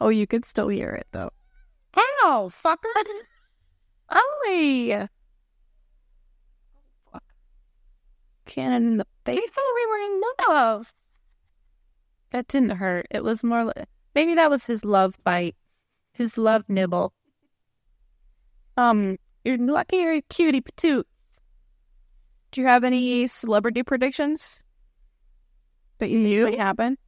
Oh, you could still hear it though.
Ow, fucker! Ollie!
Cannon in the face.
we were in love. That didn't hurt. It was more li- maybe that was his love bite, his love nibble.
Um.
You're lucky you're a cutie patoot.
Do you have any celebrity predictions that you knew would happen?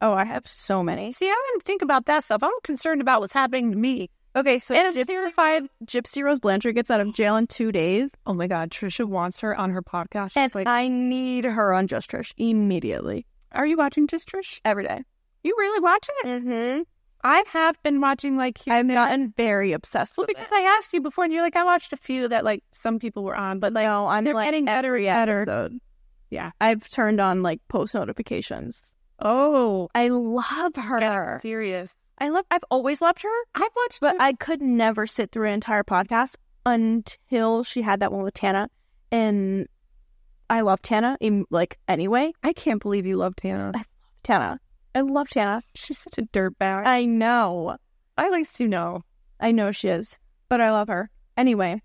Oh, I have so many.
See, I didn't think about that stuff. I'm concerned about what's happening to me.
Okay, so
And a
Gypsy-
terrified-
Gypsy Rose Blanchard gets out of jail in two days,
Oh my God, Trisha wants her on her podcast. She's
and
like,
I need her on Just Trish immediately
are you watching just Trish?
every day.
You really watching it?
Mm-hmm.
I have been watching like here
I've
and there.
gotten very obsessed
well
with
because I asked you before, and you're like, I watched a few that like some people were on, but
it.
like
No, I'm
they're
like
getting better
every
and better.
episode.
Yeah.
I've turned on like post notifications.
oh,
I love her.
yeah, serious.
I love. I've always loved her,
I've watched,
but I could never sit through an entire podcast until she had that one with Tana, and I love Tana. em- Like anyway,
I can't believe you loved Hannah.
Tana. I love Tana.
She's such a dirtbag.
I know.
At least you know.
I know she is, but I love her. Anyway,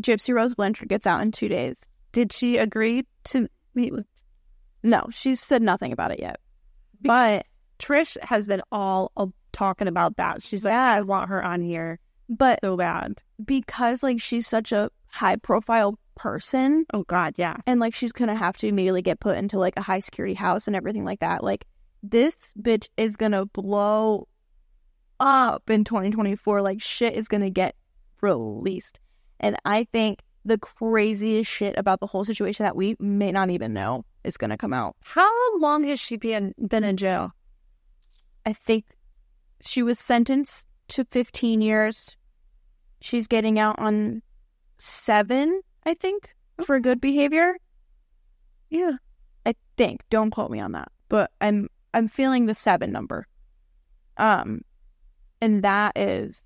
Gypsy Rose Blanchard gets out in two days.
Did she agree to meet with
No, she's said nothing about it yet. But
Trish? Has been all uh, talking about that. She's like, I want her on here
but
so bad.
because like she's such a high profile person
Oh God, yeah.
and like she's gonna have to immediately get put into like a high security house and everything like that, like this bitch is gonna blow up in 2024. Like shit is gonna get released. And I think the craziest shit about the whole situation that we may not even know is gonna come out.
How long has she been been in jail?
I think she was sentenced to 15 years. She's getting out on seven, I think, for good behavior.
Yeah.
I think. Don't quote me on that, but I'm I'm feeling the seven number. Um, and that is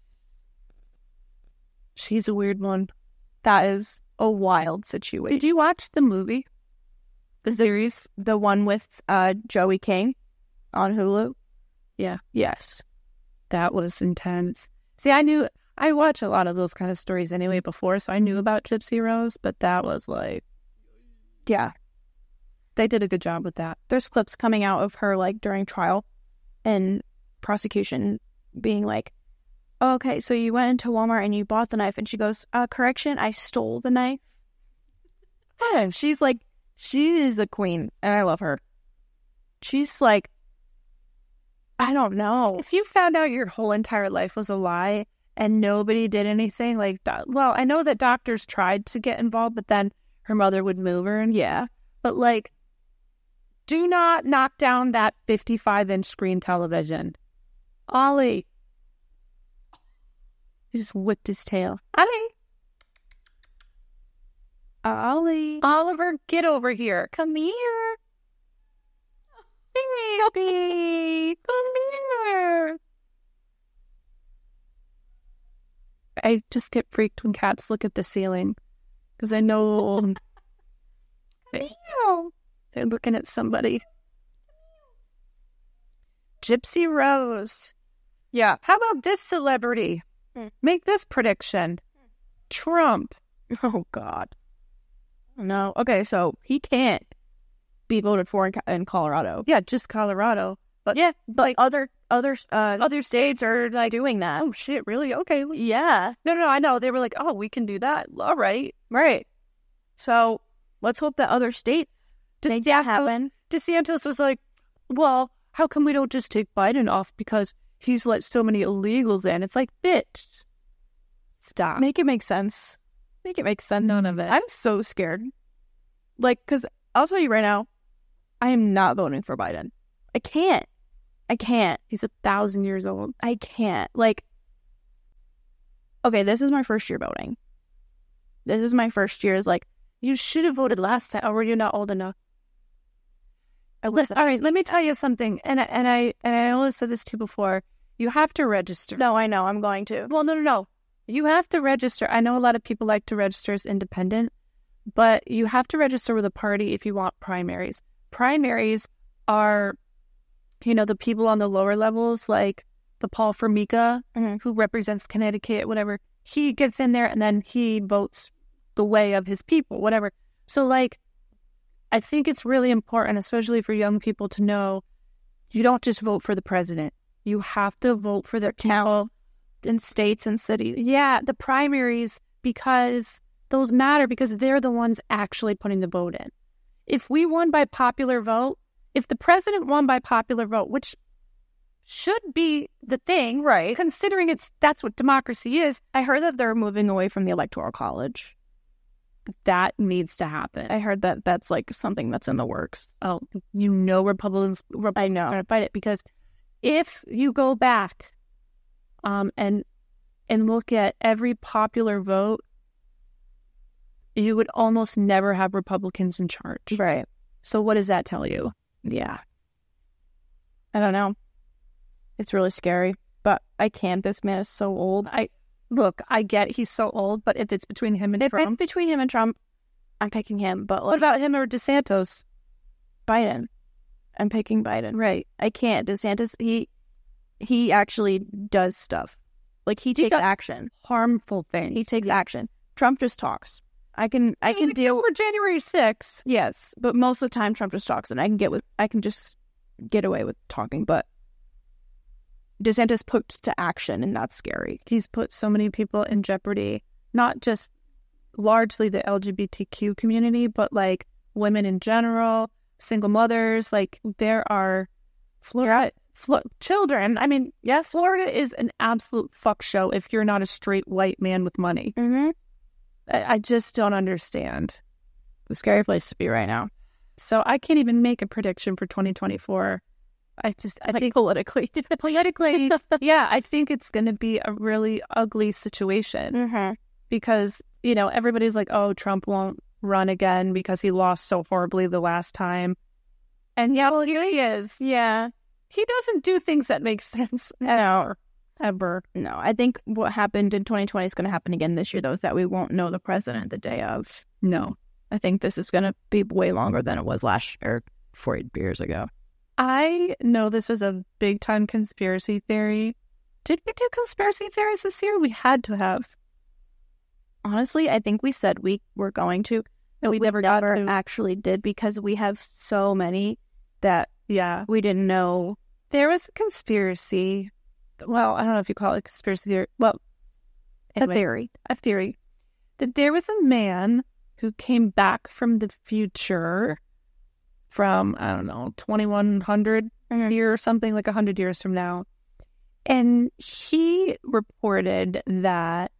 She's a weird one.
that is a wild situation.
Did you watch the movie? The series?
The one with uh Joey King on Hulu.
Yeah.
Yes.
That was intense. See, I knew I watch a lot of those kind of stories anyway before, so I knew about Gypsy Rose, but that was like
Yeah.
they did a good job with that.
there's clips coming out of her like during trial and prosecution being like oh, okay so you went into walmart and you bought the knife and she goes uh, correction i stole the knife and she's like she is a queen and i love her she's like i don't know
If you found out your whole entire life was a lie and nobody did anything, like that, well, I know that doctors tried to get involved, but then her mother would move her, and
yeah
but like, do not knock down that fifty-five inch screen television, Ollie.
he just whipped his tail
Ollie,
ollie
Oliver, get over here.
come here
Baby, come here. I just get freaked when cats look at the ceiling because I know they're looking at somebody. Gypsy Rose.
yeah
How about this celebrity?
Hmm.
Make this prediction Trump.
Oh God. No. Okay, so he can't be voted for in, in Colorado.
Yeah, just Colorado. But
Yeah, but other other uh,
other states are like,
doing that.
oh shit, really? Okay. No,
Yeah.
no, I know. They were like, oh, we can do that. All right.
Right. So let's hope that other states make that happen.
DeSantis was like, well, how come we don't just take Biden off because he's let so many illegals in? It's like, bitch, stop.
Make it make sense. Make it make sense.
None of it.
I'm so scared. Like, because I'll tell you right now, I am not voting for Biden. I can't. I can't.
he's a thousand years old.
I can't. Like, okay, this is my first year voting. This is my first year. Is like,
You should have voted last time, or were you not old enough? Uh, Listen, all right, let me tell you something, and I- and I and I only said this to you before. You have to register.
no, I know, I'm going to.
Well, no, no, no. You have to register. I know a lot of people like to register as independent, but you have to register with a party if you want primaries. Primaries are, you know, the people on the lower levels, like the Paul Formica,
Mhm.
who represents Connecticut, whatever. He gets in there and then he votes the way of his people, whatever. So, like, I think it's really important, especially for young people, to know you don't just vote for the president. You have to vote for their town
In states and cities.
yeah, the primaries because those matter because they're the ones actually putting the vote in. If we won by popular vote, if the president won by popular vote, which should be the thing,
Right.
considering it's that's what democracy is.
I heard that they're moving away from the electoral college.
That needs to happen.
I heard that that's like something that's in the works.
oh, you know, Republicans Republicans
I
are
know.
going to fight it because if you go back um, and and look at every popular vote, you would almost never have Republicans in charge.
Right.
So what does that tell you?
Yeah. I don't know. It's really scary, but I can't. This man is so old.
I look, I get he's so old, but if it's between him and
If it's
Trump,
between him and Trump, I'm picking him, but
what
like
about him or DeSantos?
Biden, I'm picking Biden.
Right.
I can't. DeSantis, he he actually does stuff. Like he takes
does-
action.
Harmful thing.
He takes action. Trump just talks. I can I can deal
for January 6th.
Yes, but most of the time Trump just talks, and I can get with I can just get away with talking. But DeSantis put to action, and that's scary.
He's put so many people in jeopardy, not just largely the LGBTQ community, but like women in general, single mothers. Like there are Florida Flo- children. I mean, yes, Florida is an absolute fuck show if you're not a straight white man with money.
Mm-hmm.
I, I just don't understand.
The scary place to be right now,
So I can't even make a prediction for 2024. I just, I
like
think
politically.
politically, yeah, I think it's going to be a really ugly situation
mm-hmm.
because, you know, everybody's like, oh, Trump won't run again because he lost so horribly the last time. And yeah, well, here he is.
Yeah,
He doesn't do things that make sense
no,
ever.
no. I think what happened in 2020 is going to happen again this year, though, is that we won't know the president the day of.
No.
I think this is going to be way longer than it was last year, four years ago.
I know this is a big time conspiracy theory. Did we do conspiracy theories this year? We had to have.
honestly, I think we said we were going to, but
We
we,
never
never,
got to.
actually did because we have so many that
Yeah.
we didn't know.
There was a conspiracy. Well, I don't know if you call it a conspiracy theory. Well,
A
anyway,
theory.
a theory that there was a man who came back from the future from, I don't know, 2100
Mhm.
year or something, like 100 years from now. And he reported that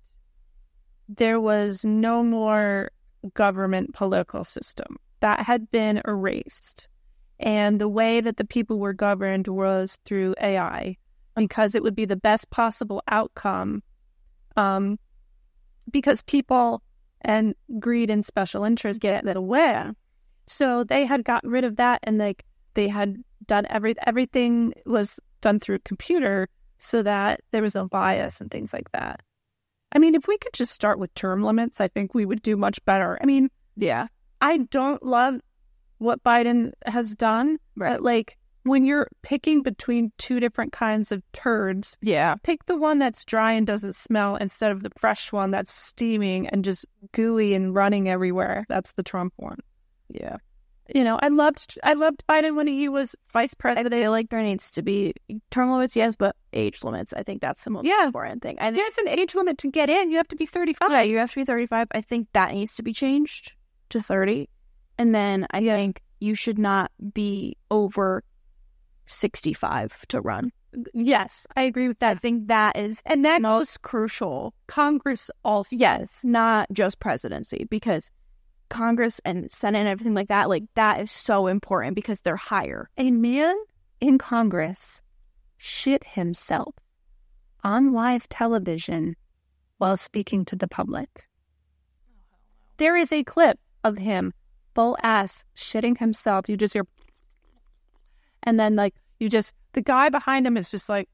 there was no more government political system that had been erased. And the way that the people were governed was through AI because it would be the best possible outcome. Um, because people and greed and special interest get in the way. So they had gotten rid of that and like they had done every everything was done through computer so that there was no bias and things like that. I mean, if we could just start with term limits, I think we would do much better. I mean,
Yeah.
I don't love what Biden has done,
Right.
but like when you're picking between two different kinds of turds,
yeah.
pick the one that's dry and doesn't smell instead of the fresh one that's steaming and just gooey and running everywhere. That's the Trump one.
Yeah.
You know, I loved I loved Biden when he was vice
I
president.
feel like there needs to be term limits, yes, but age limits. I think that's the most
Yeah.
important thing. I think
There's an age limit to get in. You have to be 35.
yeah, you have to be 35. I think that needs to be changed to 30. And then I
Yeah.
think you should not be over 65 to run.
Yes, I agree with
I
that.
think that is
And that
most crucial
Congress also.
Yes, not just presidency, because Congress and Senate and everything like that, like that is so important because they're higher.
A man in Congress shit himself on live television while speaking to the public. There is a clip of him full ass shitting himself. You just hear, and then like you just the guy behind him is just like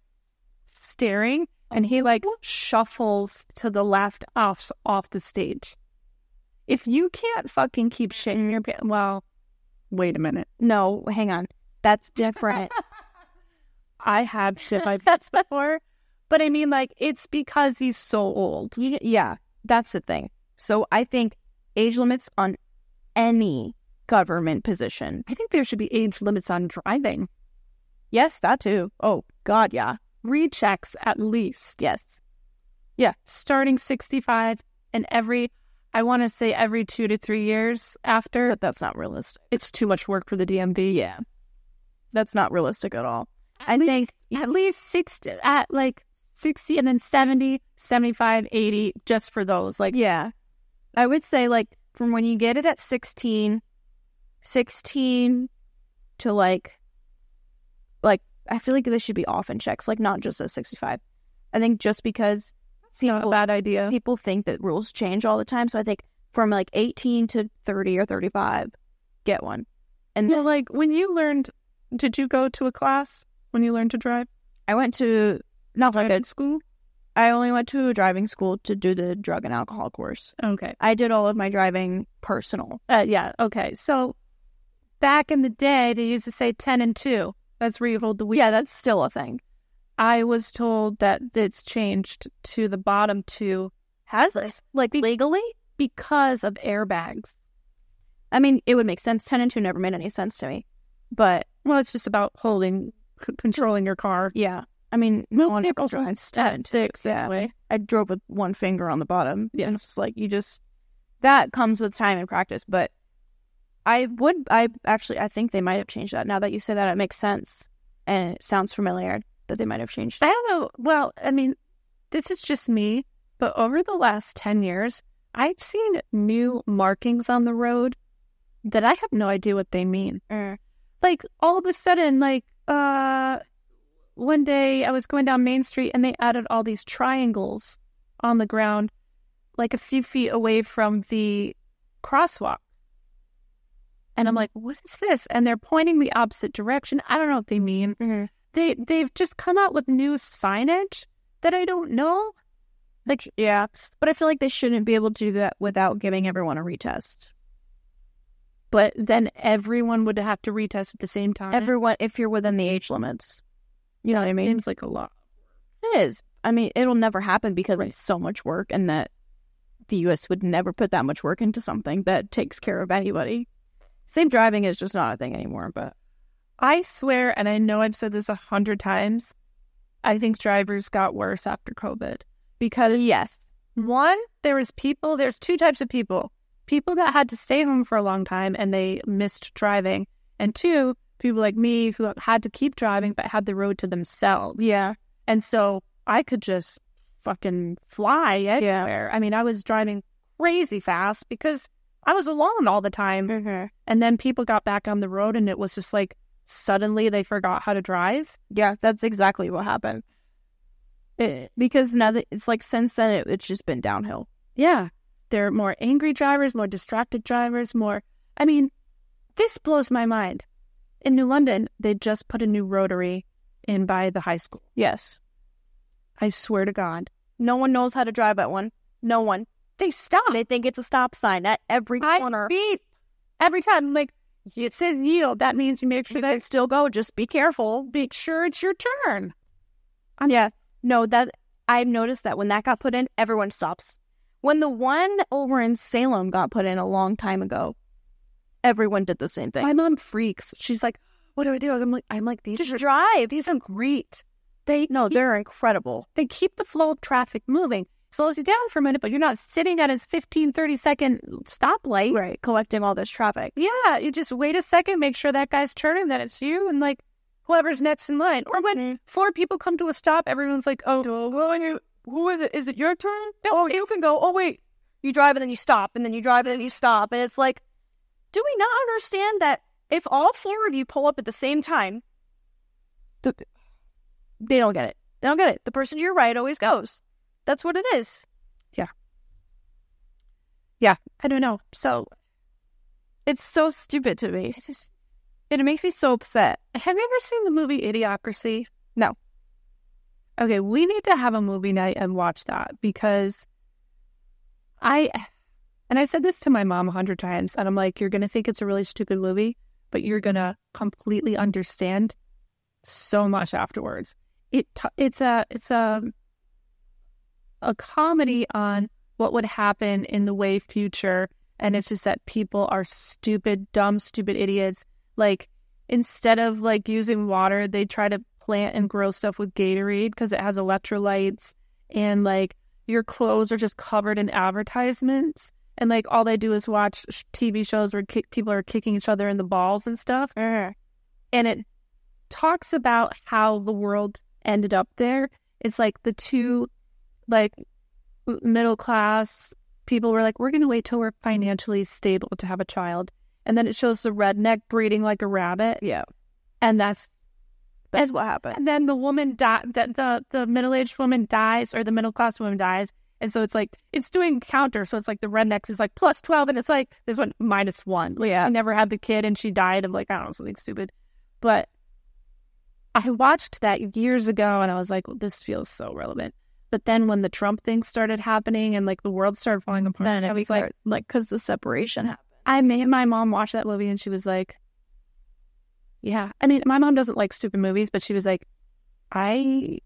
staring, and he like shuffles to the left off off the stage. If you can't fucking keep shitting your pants, well, wait a minute.
No, hang on. That's different.
I have shit my pants before, but I mean, like, it's because he's so old.
You- yeah, that's the thing. So I think age limits on any government position.
I think there should be age limits on driving,
Yes, that too. Oh, God, yeah.
rechecks at least.
Yes.
Yeah, starting 65 and every, I want to say every two to three years after,
But that's not realistic.
it's too much work for the DMV.
Yeah. That's not realistic at all. I think
at least 60 at like 60 and then 70 75 80 just for those like
yeah. I would say like from when you get it at 16 16 to like like I feel like this should be often checks, like not just at 65. I think just because
it's not a bad idea
people think that rules change all the time, so I think from like 18 to 30 or 35 get one. And
yeah, like when you learned did you go to a class when you learned to drive
I went to not like
Driving
a school. I only went to a driving school to do the drug and alcohol course.
okay
I did all of my driving personal.
uh, yeah okay so back in the day they used to say 10 and 2 that's where you hold the wheel
yeah, that's still a thing.
i was told that it's changed to the bottom two
Has it? Like
Be-
legally?
because of airbags
I mean, it would make sense. 10 and 2 never made any sense to me. But
well it's just about holding c- controlling your car
yeah, I mean, no one ever drives 10 and 2.
six
yeah.
anyway.
I drove with one finger on the bottom.
Yeah.
And it's just like, you just, that comes with time and practice. But I would, I actually, I think they might have changed that. Now that you say that, it makes sense. And it sounds familiar that they might have changed
I don't know. Well, I mean, this is just me, but over the last 10 years, I've seen new markings on the road that I have no idea what they mean.
Uh,
Like all of a sudden, like uh one day I was going down Main Street and they added all these triangles on the ground like a few feet away from the crosswalk. And I'm like, what is this? And they're pointing the opposite direction. I don't know what they mean they they've just come out with new signage that I don't know. Like
Yeah. But I feel like they shouldn't be able to do that without giving everyone a retest.
but then everyone would have to retest at the same time.
Everyone, if you're within the age limits, you know what I mean?
seems like a lot.
It is. I mean, it'll never happen because it's so much work, and that the U.S. would never put that much work into something that takes care of anybody. Safe driving is just not a thing anymore. But
I swear, and I know I've said this a hundred times, I think drivers got worse after COVID. Because
yes,
one, there was people there's two types of people. People that had to stay home for a long time and they missed driving. And two, people like me who had to keep driving but had the road to themselves.
yeah,
And so I could just fucking fly anywhere. I mean, I was driving crazy fast because I was alone all the time.
Mm-hmm.
And then people got back on the road and it was just like suddenly they forgot how to drive.
yeah. That's exactly what happened. It- because now that it's like since then, it, it's just been downhill.
Yeah. There are more angry drivers, more distracted drivers, more. I mean, this blows my mind. In New London, they just put a new rotary in by the high school.
Yes,
I swear to God.
no one knows how to drive at one. No one.
They stopped.
They think it's a stop sign at every
I
corner.
beep every time. I'm like, it says yield. That means you make sure
You
that
can still go. Just be careful.
make sure it's your turn.
yeah. No, that I noticed that when that got put in, everyone stops. When the one over in Salem got put in a long time ago, everyone did the same thing.
My mom freaks. She's like, "What do I do?" I'm like, "I'm like these.
Just
are,
drive.
these are great.
They no, they're incredible.
They keep the flow of traffic moving. Slows you down for a minute, but you're not sitting at a 15, 30 second stoplight.
Right, collecting all this traffic.
Yeah, you just wait a second, make sure that guy's turning, then it's you, and like whoever's next in line. Or when
Mhm.
four people come to a stop, everyone's like, "Oh,
Well, and you, who is it? Is it your turn? oh, you can go. Oh, wait. You drive and then you stop, and then you drive and then you stop, and it's like, do we not understand that if all four of you pull up at the same time, the, they don't get it. They don't get it. The person to your right always goes. That's what it is.
I don't know." So
It's so stupid to me. It just it makes me so upset.
Have you ever seen the movie Idiocracy?
No.
Okay, we need to have a movie night and watch that because I, and I said this to my mom a hundred times, and I'm like, you're going to think it's a really stupid movie, but you're going to completely understand so much afterwards. It t- it's a it's a a comedy on what would happen in the way future, and it's just that people are stupid, dumb, stupid idiots. Like instead of like using water, they try to plant and grow stuff with Gatorade because it has electrolytes and like your clothes are just covered in advertisements. And like all they do is watch
Uh-huh.
sh- TV shows where ki- people are kicking each other in the balls and stuff. And it talks about how the world ended up there. It's like the two, like middle class people were like, we're going to wait till we're financially stable to have a child, and then it shows the redneck breeding like a rabbit,
Yeah.
and that's
That's what happened.
and then the woman die that the the middle aged woman dies or the middle class woman dies. And so it's like it's doing counter. So it's like the rednecks is like plus twelve, and it's like this one minus one. Like,
Yeah.
I never had the kid, and she died of like I don't know something stupid. But I watched that years ago, and I was like, well, this feels so relevant. But then when the Trump thing started happening, and like the world started falling apart,
Then
I
it
was
was
like,
like, because the separation happened.
I made my mom watch that movie and she was like, Yeah. I mean, my mom doesn't like stupid movies, but she was like, I,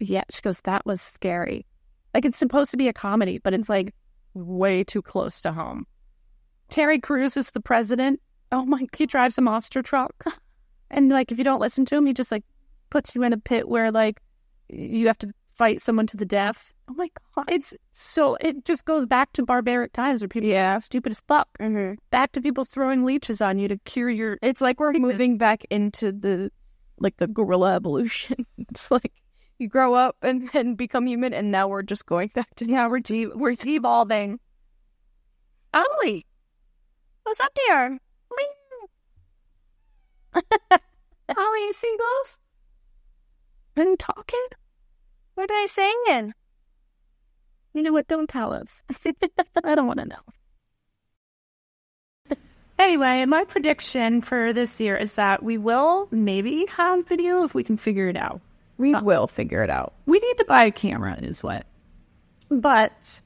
yeah. She goes, That was scary. Like, it's supposed to be a comedy, but it's like way too close to home. Terry Crews is the president. Oh my, he drives a monster truck. And like, if you don't listen to him, he just like puts you in a pit where like you have to fight someone to the death. Oh my God. It's so, it just goes back to barbaric times where people
Yeah.
are stupid as fuck
Mm-hmm.
back to people throwing leeches on you to cure your
It's like we're moving back into the like the gorilla evolution. It's like you grow up and then become human, and now we're just going back to
yeah we're de- we're devolving Emily what's up dear Holly singles been talking
what are I saying?
you know what don't tell us I don't want to know anyway my prediction for this year is that we will maybe have video if we can figure it out Uh,
We will figure it out.
we need to buy a camera is what but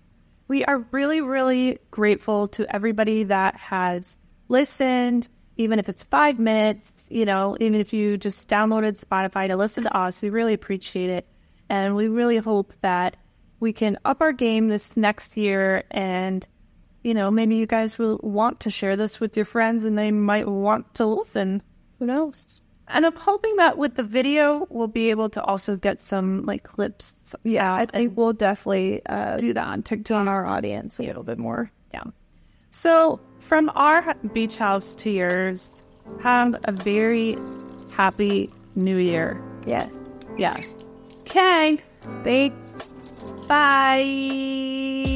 we are really really grateful to everybody that has listened even if it's five minutes you know even if you just downloaded spotify to listen to us we really appreciate it and we really hope that we can up our game this next year and you know maybe you guys will want to share this with your friends and they might want to listen
Who knows?
and I'm hoping that with the video, we'll be able to also get some like clips.
Yeah, I think we'll definitely uh,
Do that on TikTok.
on our audience a little bit more.
Yeah. So from our beach house to yours, have a very happy new year.
Yes.
Yes. Okay.
Thanks.
Bye.